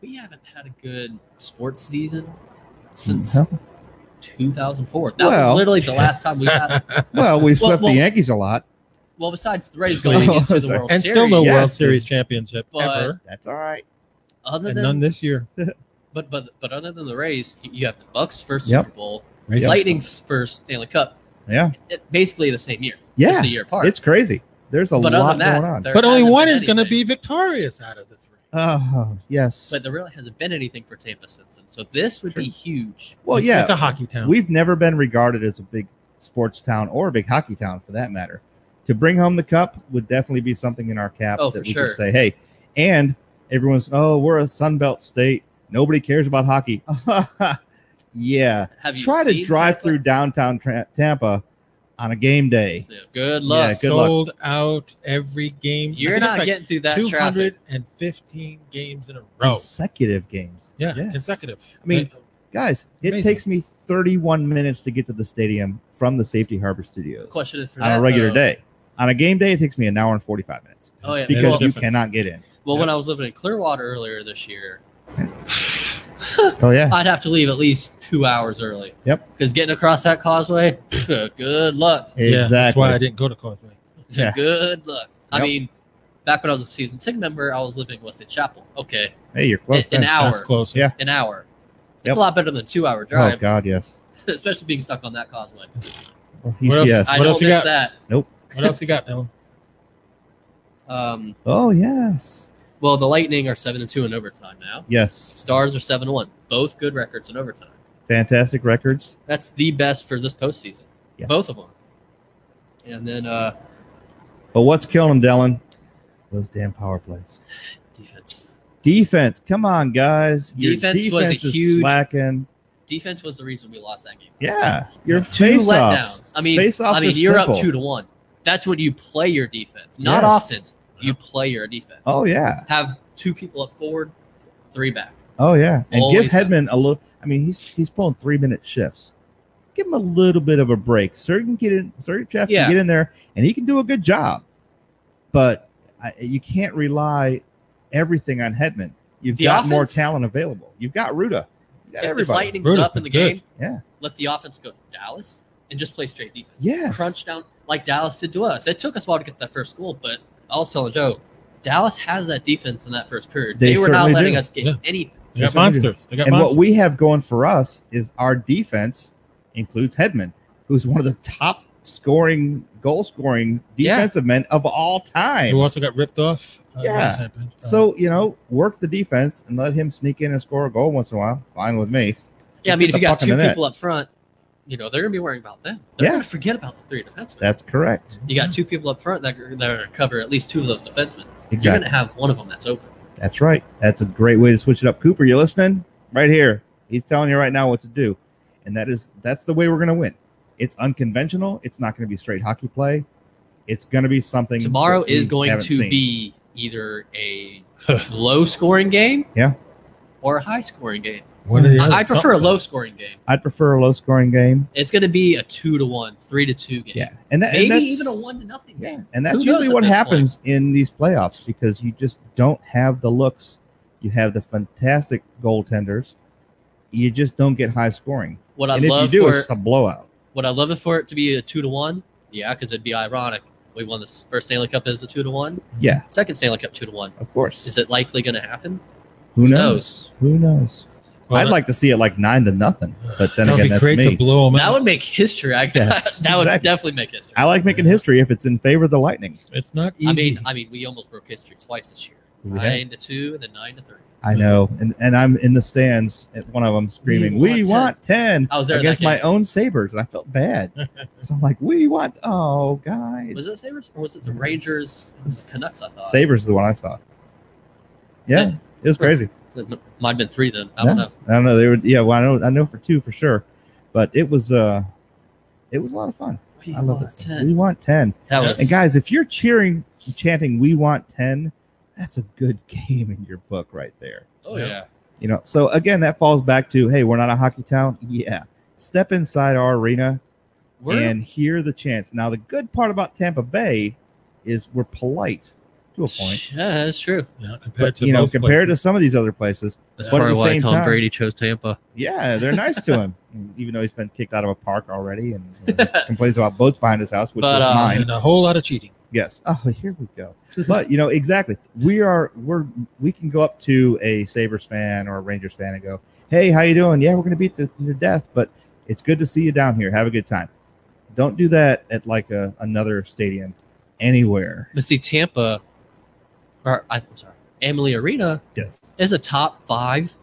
[SPEAKER 3] we haven't had a good sports season since
[SPEAKER 1] No.
[SPEAKER 3] 2004. That
[SPEAKER 1] Mm-hmm. Well-
[SPEAKER 3] was literally the last time
[SPEAKER 1] (laughs)
[SPEAKER 3] we had.
[SPEAKER 1] Well, we've
[SPEAKER 3] (laughs) Well,
[SPEAKER 1] swept
[SPEAKER 3] well-
[SPEAKER 1] the Yankees a lot.
[SPEAKER 3] Well, besides the Rays going
[SPEAKER 1] Oh, (laughs)
[SPEAKER 3] into the
[SPEAKER 1] sorry.
[SPEAKER 3] World
[SPEAKER 2] and
[SPEAKER 3] Series,
[SPEAKER 2] still no
[SPEAKER 1] Yes.
[SPEAKER 2] World Series championship
[SPEAKER 3] But-
[SPEAKER 2] ever,
[SPEAKER 1] That's all right.
[SPEAKER 3] other
[SPEAKER 2] and
[SPEAKER 3] than
[SPEAKER 2] none this year.
[SPEAKER 3] but but but other than the Rays, you you have the Bucks first
[SPEAKER 1] Yep.
[SPEAKER 3] Super Bowl,
[SPEAKER 2] Right?
[SPEAKER 1] Yep.
[SPEAKER 3] Lightning's first Stanley Cup,
[SPEAKER 1] Yeah.
[SPEAKER 3] it- basically the same year,
[SPEAKER 1] Yeah.
[SPEAKER 3] just a year apart.
[SPEAKER 1] It's crazy. There's a
[SPEAKER 3] but other
[SPEAKER 1] lot
[SPEAKER 3] than that,
[SPEAKER 1] going on.
[SPEAKER 3] there
[SPEAKER 2] But only
[SPEAKER 3] hasn't
[SPEAKER 2] one
[SPEAKER 3] been
[SPEAKER 2] is going to
[SPEAKER 3] anything.
[SPEAKER 2] be victorious out of the three.
[SPEAKER 1] Oh yes.
[SPEAKER 3] But there really hasn't been anything for Tampa since then, so this would be huge.
[SPEAKER 1] well,
[SPEAKER 2] It's-
[SPEAKER 1] yeah.
[SPEAKER 2] it's a hockey town.
[SPEAKER 1] We've never been regarded as a big sports town or a big hockey town for that matter. To bring home the cup would definitely be something in our cap
[SPEAKER 3] Oh,
[SPEAKER 1] that
[SPEAKER 3] for
[SPEAKER 1] we
[SPEAKER 3] sure.
[SPEAKER 1] could say, hey, and everyone's, oh, we're a Sunbelt state. Nobody cares about hockey. (laughs) yeah.
[SPEAKER 3] Have you
[SPEAKER 1] Try to
[SPEAKER 3] seen
[SPEAKER 1] drive
[SPEAKER 3] Tampa?
[SPEAKER 1] through downtown tra- Tampa on a game day.
[SPEAKER 3] Yeah, good
[SPEAKER 1] Yeah,
[SPEAKER 3] luck.
[SPEAKER 1] good luck.
[SPEAKER 2] sold out every game. I
[SPEAKER 3] You're
[SPEAKER 2] think it's
[SPEAKER 3] not
[SPEAKER 2] like
[SPEAKER 3] getting through that traffic.
[SPEAKER 2] 215 games in a row.
[SPEAKER 1] Consecutive games.
[SPEAKER 2] Oh. Yeah,
[SPEAKER 1] Yes.
[SPEAKER 2] consecutive.
[SPEAKER 1] I mean, Guys, it
[SPEAKER 2] Amazing.
[SPEAKER 1] takes me 31 minutes to get to the stadium from the Safety Harbor Studios
[SPEAKER 3] Question is for
[SPEAKER 1] on
[SPEAKER 3] that,
[SPEAKER 1] a regular
[SPEAKER 3] though.
[SPEAKER 1] day. On a game day, it takes me an hour and 45 minutes
[SPEAKER 3] Oh yeah,
[SPEAKER 2] There's
[SPEAKER 1] because
[SPEAKER 2] a
[SPEAKER 3] well,
[SPEAKER 1] you
[SPEAKER 2] difference.
[SPEAKER 1] cannot get in.
[SPEAKER 3] well, when I was living in Clearwater earlier this year,
[SPEAKER 1] Oh yeah,
[SPEAKER 3] I'd have to leave at least two hours early.
[SPEAKER 1] Yep.
[SPEAKER 3] Because getting across that causeway, (laughs) good luck.
[SPEAKER 2] Yeah,
[SPEAKER 1] exactly.
[SPEAKER 2] that's why I didn't go to Causeway.
[SPEAKER 1] Yeah.
[SPEAKER 3] (laughs) Good luck. I
[SPEAKER 1] Yep.
[SPEAKER 3] mean, back when I was a season ticket member, I was living in Weston Chapel. Okay,
[SPEAKER 1] hey, you're
[SPEAKER 3] an
[SPEAKER 1] close. there.
[SPEAKER 3] hour,
[SPEAKER 2] That's close.
[SPEAKER 1] Yeah.
[SPEAKER 3] an hour. It's
[SPEAKER 1] Yep.
[SPEAKER 3] a lot better than a two-hour
[SPEAKER 1] Oh
[SPEAKER 3] drive,
[SPEAKER 1] God, yes.
[SPEAKER 3] (laughs)
[SPEAKER 1] Oh,
[SPEAKER 3] especially being stuck on that causeway.
[SPEAKER 1] Or
[SPEAKER 2] What else?
[SPEAKER 1] PCS.
[SPEAKER 3] I
[SPEAKER 2] What
[SPEAKER 3] don't
[SPEAKER 2] else
[SPEAKER 3] miss
[SPEAKER 2] you got?
[SPEAKER 3] that.
[SPEAKER 2] What else you got, Ellen?
[SPEAKER 3] Um,
[SPEAKER 1] Oh yes,
[SPEAKER 3] well, the Lightning are seven and two in overtime now.
[SPEAKER 1] yes.
[SPEAKER 3] Stars are seven and one. Both good records in overtime.
[SPEAKER 1] Fantastic records.
[SPEAKER 3] That's the best for this postseason.
[SPEAKER 1] Yeah.
[SPEAKER 3] Both of them. And then uh,
[SPEAKER 1] But what's killing them, Dylan? Those damn power plays.
[SPEAKER 3] defense.
[SPEAKER 1] Defense. Come on, guys. Your
[SPEAKER 3] Defense was a
[SPEAKER 1] defense is
[SPEAKER 3] huge-
[SPEAKER 1] slacking.
[SPEAKER 3] Defense was the reason we lost that game.
[SPEAKER 1] Yeah, your
[SPEAKER 3] two
[SPEAKER 1] face-offs.
[SPEAKER 3] letdowns. I mean,
[SPEAKER 1] face-offs
[SPEAKER 3] I
[SPEAKER 1] are
[SPEAKER 3] mean, you're
[SPEAKER 1] simple.
[SPEAKER 3] up two to one. That's when you play your defense, not
[SPEAKER 1] Yes.
[SPEAKER 3] offense. You play your defense.
[SPEAKER 1] Oh yeah,
[SPEAKER 3] have two people up forward, three back.
[SPEAKER 1] oh yeah. And give
[SPEAKER 3] Always have-
[SPEAKER 1] Hedman a little. I mean, he's he's pulling three-minute shifts. Give him a little bit of a break. Sir can get in. Sir Jeff
[SPEAKER 3] Yeah.
[SPEAKER 1] can get in there, and he can do a good job. But I, you can't rely everything on Hedman. You've
[SPEAKER 3] The
[SPEAKER 1] got more
[SPEAKER 3] offense-
[SPEAKER 1] talent available. You've got Ruda. You got
[SPEAKER 3] If- if
[SPEAKER 1] everybody.
[SPEAKER 3] Lightning's
[SPEAKER 2] Brutal.
[SPEAKER 3] up in the
[SPEAKER 2] Good.
[SPEAKER 3] game,
[SPEAKER 1] Yeah.
[SPEAKER 3] let the offense go to Dallas and just play straight defense.
[SPEAKER 1] Yes.
[SPEAKER 3] Crunch down like Dallas did to us. It took us a while to get that first goal, but I was telling Joe, Dallas has that defense in that first period.
[SPEAKER 1] They
[SPEAKER 3] They, were not
[SPEAKER 1] certainly
[SPEAKER 3] letting
[SPEAKER 1] do.
[SPEAKER 3] us get
[SPEAKER 2] Yeah.
[SPEAKER 3] anything.
[SPEAKER 2] They
[SPEAKER 1] Yes,
[SPEAKER 2] got
[SPEAKER 1] we do.
[SPEAKER 2] monsters. They got
[SPEAKER 1] and
[SPEAKER 2] monsters.
[SPEAKER 1] what we have going for us is our defense includes Hedman, who's one of the top scoring goal scoring
[SPEAKER 3] Yeah.
[SPEAKER 1] defensive men of all
[SPEAKER 2] Who
[SPEAKER 1] time.
[SPEAKER 2] also got ripped off. uh,
[SPEAKER 1] Yeah.
[SPEAKER 2] what happened? Uh,
[SPEAKER 1] So
[SPEAKER 3] Uh-huh.
[SPEAKER 1] you know, work the defense and let him sneak in and score a goal once in a while. Fine with me.
[SPEAKER 3] Yeah, I
[SPEAKER 1] Just
[SPEAKER 3] mean,
[SPEAKER 1] get
[SPEAKER 3] if you
[SPEAKER 1] the
[SPEAKER 3] got
[SPEAKER 1] puck in
[SPEAKER 3] two
[SPEAKER 1] the net.
[SPEAKER 3] people up front, you know, they're going to be worrying about them. They're
[SPEAKER 1] Yeah.
[SPEAKER 3] going to forget about the three defensemen.
[SPEAKER 1] That's correct.
[SPEAKER 3] you got two people up front that, that are gonna cover at least two of those defensemen. You're going
[SPEAKER 1] Exactly.
[SPEAKER 3] to have one of them that's open.
[SPEAKER 1] That's right. That's a great way to switch it up. Cooper, you listening? Right here. He's telling you right now what to do. And that is that's the way we're gonna win. It's unconventional. It's not gonna be straight hockey play. It's gonna be something
[SPEAKER 3] Tomorrow
[SPEAKER 1] that we
[SPEAKER 3] is going to
[SPEAKER 1] haven't seen.
[SPEAKER 3] be either a (laughs) low scoring game
[SPEAKER 1] Yeah.
[SPEAKER 3] or a high scoring game.
[SPEAKER 2] what are the
[SPEAKER 3] I, I
[SPEAKER 2] others?
[SPEAKER 3] prefer a
[SPEAKER 2] Something.
[SPEAKER 3] low scoring game.
[SPEAKER 1] I'd prefer a low scoring game.
[SPEAKER 3] It's going to be a two to one, three to two game.
[SPEAKER 1] Yeah. And that and
[SPEAKER 3] Maybe
[SPEAKER 1] that's,
[SPEAKER 3] even a one to nothing
[SPEAKER 1] Yeah.
[SPEAKER 3] game.
[SPEAKER 1] And that's
[SPEAKER 3] Who knows
[SPEAKER 1] usually
[SPEAKER 3] at
[SPEAKER 1] what
[SPEAKER 3] this
[SPEAKER 1] happens in these playoffs because you just don't have the looks. You have the fantastic goaltenders. You just don't get high scoring.
[SPEAKER 3] What I
[SPEAKER 1] and if you
[SPEAKER 3] love
[SPEAKER 1] do,
[SPEAKER 3] for
[SPEAKER 1] it's just a blowout.
[SPEAKER 3] what I love it for it to be a two to one. Yeah, because it'd be ironic. We won this first Stanley Cup as a two to one.
[SPEAKER 1] Yeah.
[SPEAKER 3] Second Stanley Cup two to one.
[SPEAKER 1] Of course.
[SPEAKER 3] Is it likely going to happen?
[SPEAKER 1] Who
[SPEAKER 3] Who
[SPEAKER 1] knows?
[SPEAKER 3] knows?
[SPEAKER 1] Who knows?
[SPEAKER 2] Well,
[SPEAKER 1] I'd like to see it like nine to nothing, but then
[SPEAKER 2] That'd
[SPEAKER 1] again,
[SPEAKER 2] be
[SPEAKER 1] that's
[SPEAKER 2] great
[SPEAKER 1] me.
[SPEAKER 2] to blow them
[SPEAKER 3] That
[SPEAKER 2] out.
[SPEAKER 3] would make history. I (laughs)
[SPEAKER 1] Yes,
[SPEAKER 3] that would
[SPEAKER 1] exactly.
[SPEAKER 3] definitely make history.
[SPEAKER 1] I like making history if it's in favor of the Lightning.
[SPEAKER 2] it's not easy.
[SPEAKER 3] I mean, I mean, we almost broke history twice this year.
[SPEAKER 1] We have.
[SPEAKER 3] Nine to two, and then nine to three.
[SPEAKER 1] I know, and and I'm in the stands at one of them screaming,
[SPEAKER 3] We
[SPEAKER 1] "We,
[SPEAKER 3] want
[SPEAKER 1] want 10.
[SPEAKER 3] I was there that
[SPEAKER 1] against my
[SPEAKER 3] game.
[SPEAKER 1] own Sabers, and I felt
[SPEAKER 3] (laughs)
[SPEAKER 1] bad. so I'm like, "We want oh guys."
[SPEAKER 3] Was it the Sabres or was it the Rangers Canucks? I thought
[SPEAKER 1] Sabers is the one I saw. Yeah,
[SPEAKER 3] Yeah.
[SPEAKER 1] it was crazy.
[SPEAKER 3] It might have been three then. I don't know.
[SPEAKER 1] I don't know. They were yeah. Well, I know I know for two for sure, but it was uh, it was a lot of fun.
[SPEAKER 3] We
[SPEAKER 1] I love
[SPEAKER 3] want
[SPEAKER 1] this.
[SPEAKER 3] 10.
[SPEAKER 1] We want ten.
[SPEAKER 3] That
[SPEAKER 2] Yeah.
[SPEAKER 3] was
[SPEAKER 1] And guys, if you're cheering, (laughs) chanting, "We want 10, that's a good game in your book right there.
[SPEAKER 3] Oh yeah.
[SPEAKER 1] You know, so again, that falls back to hey, we're not a hockey town. Yeah, step inside our arena
[SPEAKER 3] We're,
[SPEAKER 1] and hear the chants. Now, the good part about Tampa Bay is we're polite to a point.
[SPEAKER 3] Yeah, that's true.
[SPEAKER 2] Yeah, compared
[SPEAKER 1] But,
[SPEAKER 2] to
[SPEAKER 1] you know,
[SPEAKER 2] most
[SPEAKER 1] compared
[SPEAKER 2] places.
[SPEAKER 1] to some of these other places,
[SPEAKER 3] That's
[SPEAKER 1] But at
[SPEAKER 3] probably
[SPEAKER 1] the
[SPEAKER 3] why
[SPEAKER 1] same
[SPEAKER 3] Tom
[SPEAKER 1] time-
[SPEAKER 3] Brady chose Tampa.
[SPEAKER 1] yeah, they're nice to
[SPEAKER 3] (laughs)
[SPEAKER 1] him, even though he's been kicked out of a park already and uh, complains about boats behind his house, which
[SPEAKER 3] But,
[SPEAKER 1] was
[SPEAKER 3] uh,
[SPEAKER 1] mine.
[SPEAKER 2] and a whole lot of cheating.
[SPEAKER 1] Yes. Oh, (laughs) here we go. But you know exactly. We are we're we can go up to a Sabres fan or a Rangers fan and go, "Hey, how you doing? Yeah, we're going to beat the, your death, but it's good to see you down here. Have a good time." Don't do that at like a, another stadium anywhere.
[SPEAKER 3] But see, Tampa, or I- I'm sorry, Emily Arena
[SPEAKER 1] Yes.
[SPEAKER 3] is a top five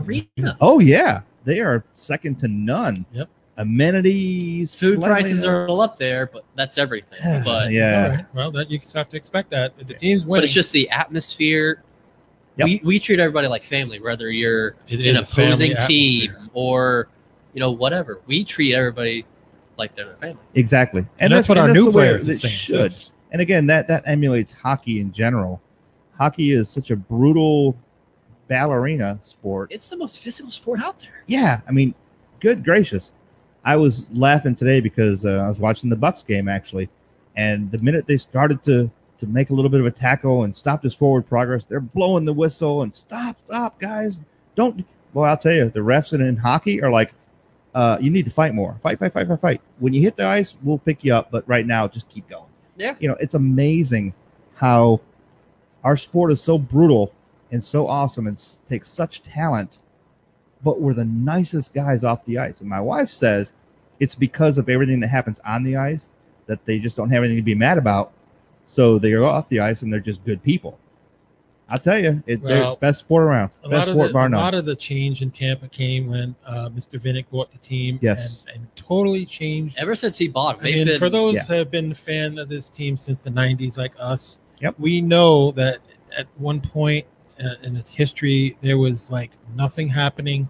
[SPEAKER 3] arena.
[SPEAKER 1] Oh yeah, they are second to none.
[SPEAKER 3] Yep.
[SPEAKER 1] Amenities,
[SPEAKER 3] Food prices
[SPEAKER 1] cleanliness.
[SPEAKER 3] are all up there, but that's everything. But
[SPEAKER 1] yeah.
[SPEAKER 2] All right. Well, that you just have to expect that if the team's winning.
[SPEAKER 3] but it's just the atmosphere.
[SPEAKER 1] Yep.
[SPEAKER 3] We, we treat everybody like family, whether you're
[SPEAKER 2] It
[SPEAKER 3] an
[SPEAKER 2] is a family
[SPEAKER 3] opposing team
[SPEAKER 2] atmosphere.
[SPEAKER 3] or you know whatever. We treat everybody like they're their family.
[SPEAKER 1] Exactly. And,
[SPEAKER 2] And that's what our
[SPEAKER 1] the
[SPEAKER 2] new
[SPEAKER 1] way
[SPEAKER 2] players are
[SPEAKER 1] it
[SPEAKER 2] saying.
[SPEAKER 1] should. And again, that that emulates hockey in general. Hockey is such a brutal ballerina sport.
[SPEAKER 3] It's the most physical sport out there.
[SPEAKER 1] Yeah, I mean, good gracious. I was laughing today because uh, I was watching the Bucks game actually, and the minute they started to to make a little bit of a tackle and stop this forward progress, they're blowing the whistle and stop, stop, guys, don't. Well, I'll tell you, the refs in, in hockey are like, uh, you need to fight more, fight, fight, fight, fight, fight. When you hit the ice, we'll pick you up, but right now, just keep going.
[SPEAKER 3] Yeah.
[SPEAKER 1] you know, it's amazing how our sport is so brutal and so awesome and s- takes such talent, but we're the nicest guys off the ice. And my wife says it's because of everything that happens on the ice that they just don't have anything to be mad about. So they are off the ice and they're just good people. I'll tell you, it, they're
[SPEAKER 2] Well,
[SPEAKER 1] best sport around.
[SPEAKER 2] a lot,
[SPEAKER 1] Best
[SPEAKER 2] of the,
[SPEAKER 1] sport, bar
[SPEAKER 2] a
[SPEAKER 1] none.
[SPEAKER 2] lot of the change in Tampa came when uh, Mr. Vinnick bought the team
[SPEAKER 1] Yes.
[SPEAKER 2] and, and totally changed.
[SPEAKER 3] Ever since he bought,
[SPEAKER 2] I
[SPEAKER 3] they've
[SPEAKER 2] mean,
[SPEAKER 3] been
[SPEAKER 2] for those
[SPEAKER 1] Yeah.
[SPEAKER 2] who have been a fan of this team since the 90s, like us,
[SPEAKER 1] Yep.
[SPEAKER 2] we know that at one point uh, in its history, there was like nothing happening.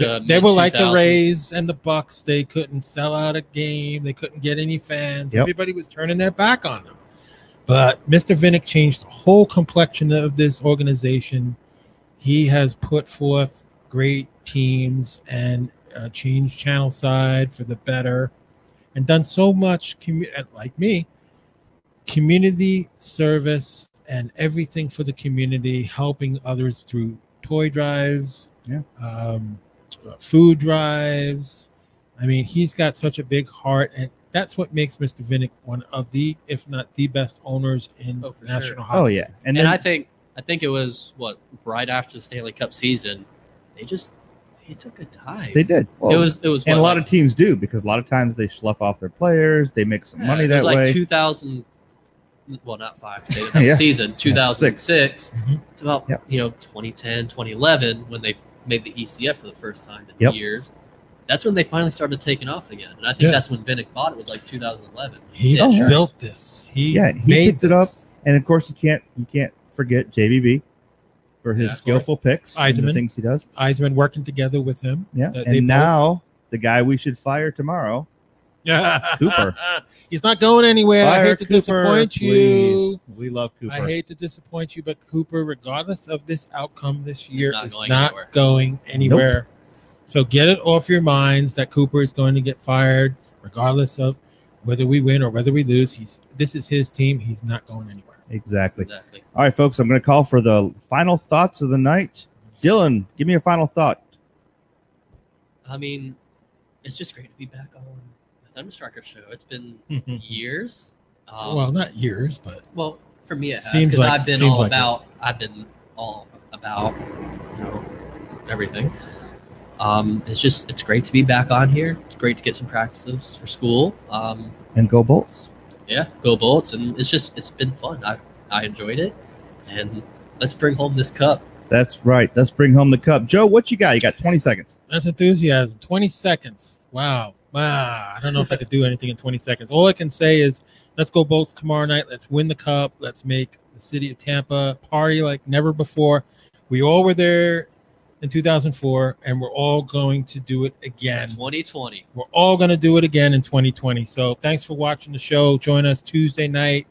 [SPEAKER 3] uh,
[SPEAKER 2] they were like the
[SPEAKER 3] mid-2000s.
[SPEAKER 2] Rays and the Bucks. They couldn't sell out a game. They couldn't get any fans.
[SPEAKER 1] Yep.
[SPEAKER 2] Everybody was turning their back on them. But Mr. Vinnick changed the whole complexion of this organization. He has put forth great teams and uh, changed channel side for the better, and done so much. Commu- uh, like me, community service and everything for the community, helping others through toy drives,
[SPEAKER 1] Yeah.
[SPEAKER 2] um, uh, food drives. I mean, he's got such a big heart, and that's what makes Mr. Vinnick one of the, if not the best owners in
[SPEAKER 3] Oh, for
[SPEAKER 2] national
[SPEAKER 3] sure.
[SPEAKER 2] hockey.
[SPEAKER 1] Oh yeah,
[SPEAKER 3] And,
[SPEAKER 1] and, then,
[SPEAKER 3] I think I think it was what right after the Stanley Cup season, they just they took a dive.
[SPEAKER 1] they did.
[SPEAKER 3] it
[SPEAKER 1] Well,
[SPEAKER 3] was it was
[SPEAKER 1] and a
[SPEAKER 3] what,
[SPEAKER 1] lot
[SPEAKER 3] like-
[SPEAKER 1] of teams do because a lot of times they slough off their players, they make some
[SPEAKER 3] yeah,
[SPEAKER 1] money
[SPEAKER 3] it
[SPEAKER 1] that
[SPEAKER 3] was like
[SPEAKER 1] way.
[SPEAKER 3] 2000. Well, not five.
[SPEAKER 1] (laughs)
[SPEAKER 3] They didn't have a
[SPEAKER 1] Yeah. Mm-hmm.
[SPEAKER 3] season 2006
[SPEAKER 2] Mhm.
[SPEAKER 3] It's about
[SPEAKER 1] Yep.
[SPEAKER 3] you know 2010, 2011 when they made the ECF for the first time in
[SPEAKER 1] Yep.
[SPEAKER 3] years. That's when they finally started taking off again, and I think
[SPEAKER 2] Yeah.
[SPEAKER 3] that's when Vinnick bought it was like 2011.
[SPEAKER 2] He
[SPEAKER 3] Oh,
[SPEAKER 1] yeah.
[SPEAKER 2] built this. He
[SPEAKER 1] Yeah, he
[SPEAKER 2] made
[SPEAKER 1] picked it up. and of course you can't you can't forget JVB for his
[SPEAKER 2] Yeah, of
[SPEAKER 1] skillful picks and the
[SPEAKER 2] Eisenman.
[SPEAKER 1] things he does.
[SPEAKER 2] Eisman working together with him.
[SPEAKER 1] Yeah,
[SPEAKER 2] Uh, they
[SPEAKER 1] and
[SPEAKER 2] both-
[SPEAKER 1] now the guy we should fire tomorrow. Cooper.
[SPEAKER 2] (laughs) He's not going anywhere. I
[SPEAKER 1] Fire
[SPEAKER 2] hate to disappoint you.
[SPEAKER 1] please. We love Cooper.
[SPEAKER 2] I hate to disappoint you, but Cooper, regardless of this outcome this year,
[SPEAKER 3] not
[SPEAKER 2] is
[SPEAKER 3] going
[SPEAKER 2] not
[SPEAKER 3] anywhere.
[SPEAKER 2] going anywhere. So get it off your minds that Cooper is going to get fired, regardless of whether we win or whether we lose. He's this is his team. He's not going
[SPEAKER 3] (laughs)
[SPEAKER 2] anywhere.
[SPEAKER 1] exactly.
[SPEAKER 3] Exactly.
[SPEAKER 1] All right, folks, I'm going to call for the final thoughts of the night. Dylan, give me a final thought.
[SPEAKER 3] I mean, it's just great to be back on the Thunderstriker show. It's been years. Um,
[SPEAKER 2] well, not years, but
[SPEAKER 3] Well, for me, it has
[SPEAKER 2] Seems
[SPEAKER 3] because
[SPEAKER 2] like-
[SPEAKER 3] I've been
[SPEAKER 2] seems
[SPEAKER 3] all
[SPEAKER 2] like it.
[SPEAKER 3] about. I've been all about you know everything. Um, it's just it's great to be back on here. It's great to get some practices for school. Um,
[SPEAKER 1] And go Bolts.
[SPEAKER 3] yeah, go Bolts, and it's just it's been fun. I I enjoyed it, and let's bring home this cup.
[SPEAKER 1] That's right. Let's bring home the cup. Joe, what you got? You got 20 seconds.
[SPEAKER 2] that's enthusiasm. Twenty seconds. Wow. Wow. I don't know if I could do anything in twenty seconds. All I can say is let's go Bolts tomorrow night. Let's win the cup. Let's make the city of Tampa party like never before. We all were there in 2004, and we're all going to do it again.
[SPEAKER 3] 2020.
[SPEAKER 2] We're all going to do it again in 2020. So thanks for watching the show. Join us Tuesday night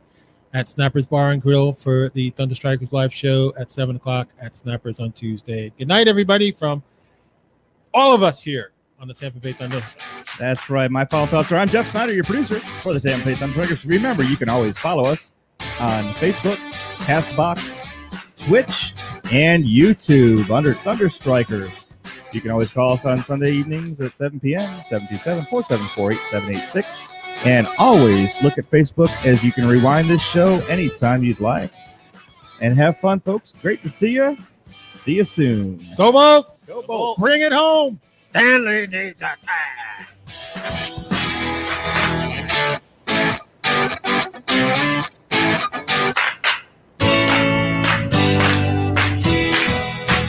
[SPEAKER 2] at Snappers Bar and Grill for the Thunder Strikers live show at 7 o'clock at Snappers on Tuesday. Good night, everybody, from all of us here on the Tampa Bay Thunder.
[SPEAKER 1] That's right. My final thoughts are I'm Jeff Snyder, your producer for the Tampa Bay Thunder Strikers. Remember, you can always follow us on Facebook, Castbox, Twitch, and YouTube under Thunder Strikers. You can always call us on Sunday evenings at 7 p.m., 727 474 8786. And always look at Facebook as you can rewind this show anytime you'd like. And have fun, folks. Great to see you. See you soon.
[SPEAKER 2] Go Bolts!
[SPEAKER 1] Go Bolts.
[SPEAKER 2] Bring it home!
[SPEAKER 4] Stanley needs a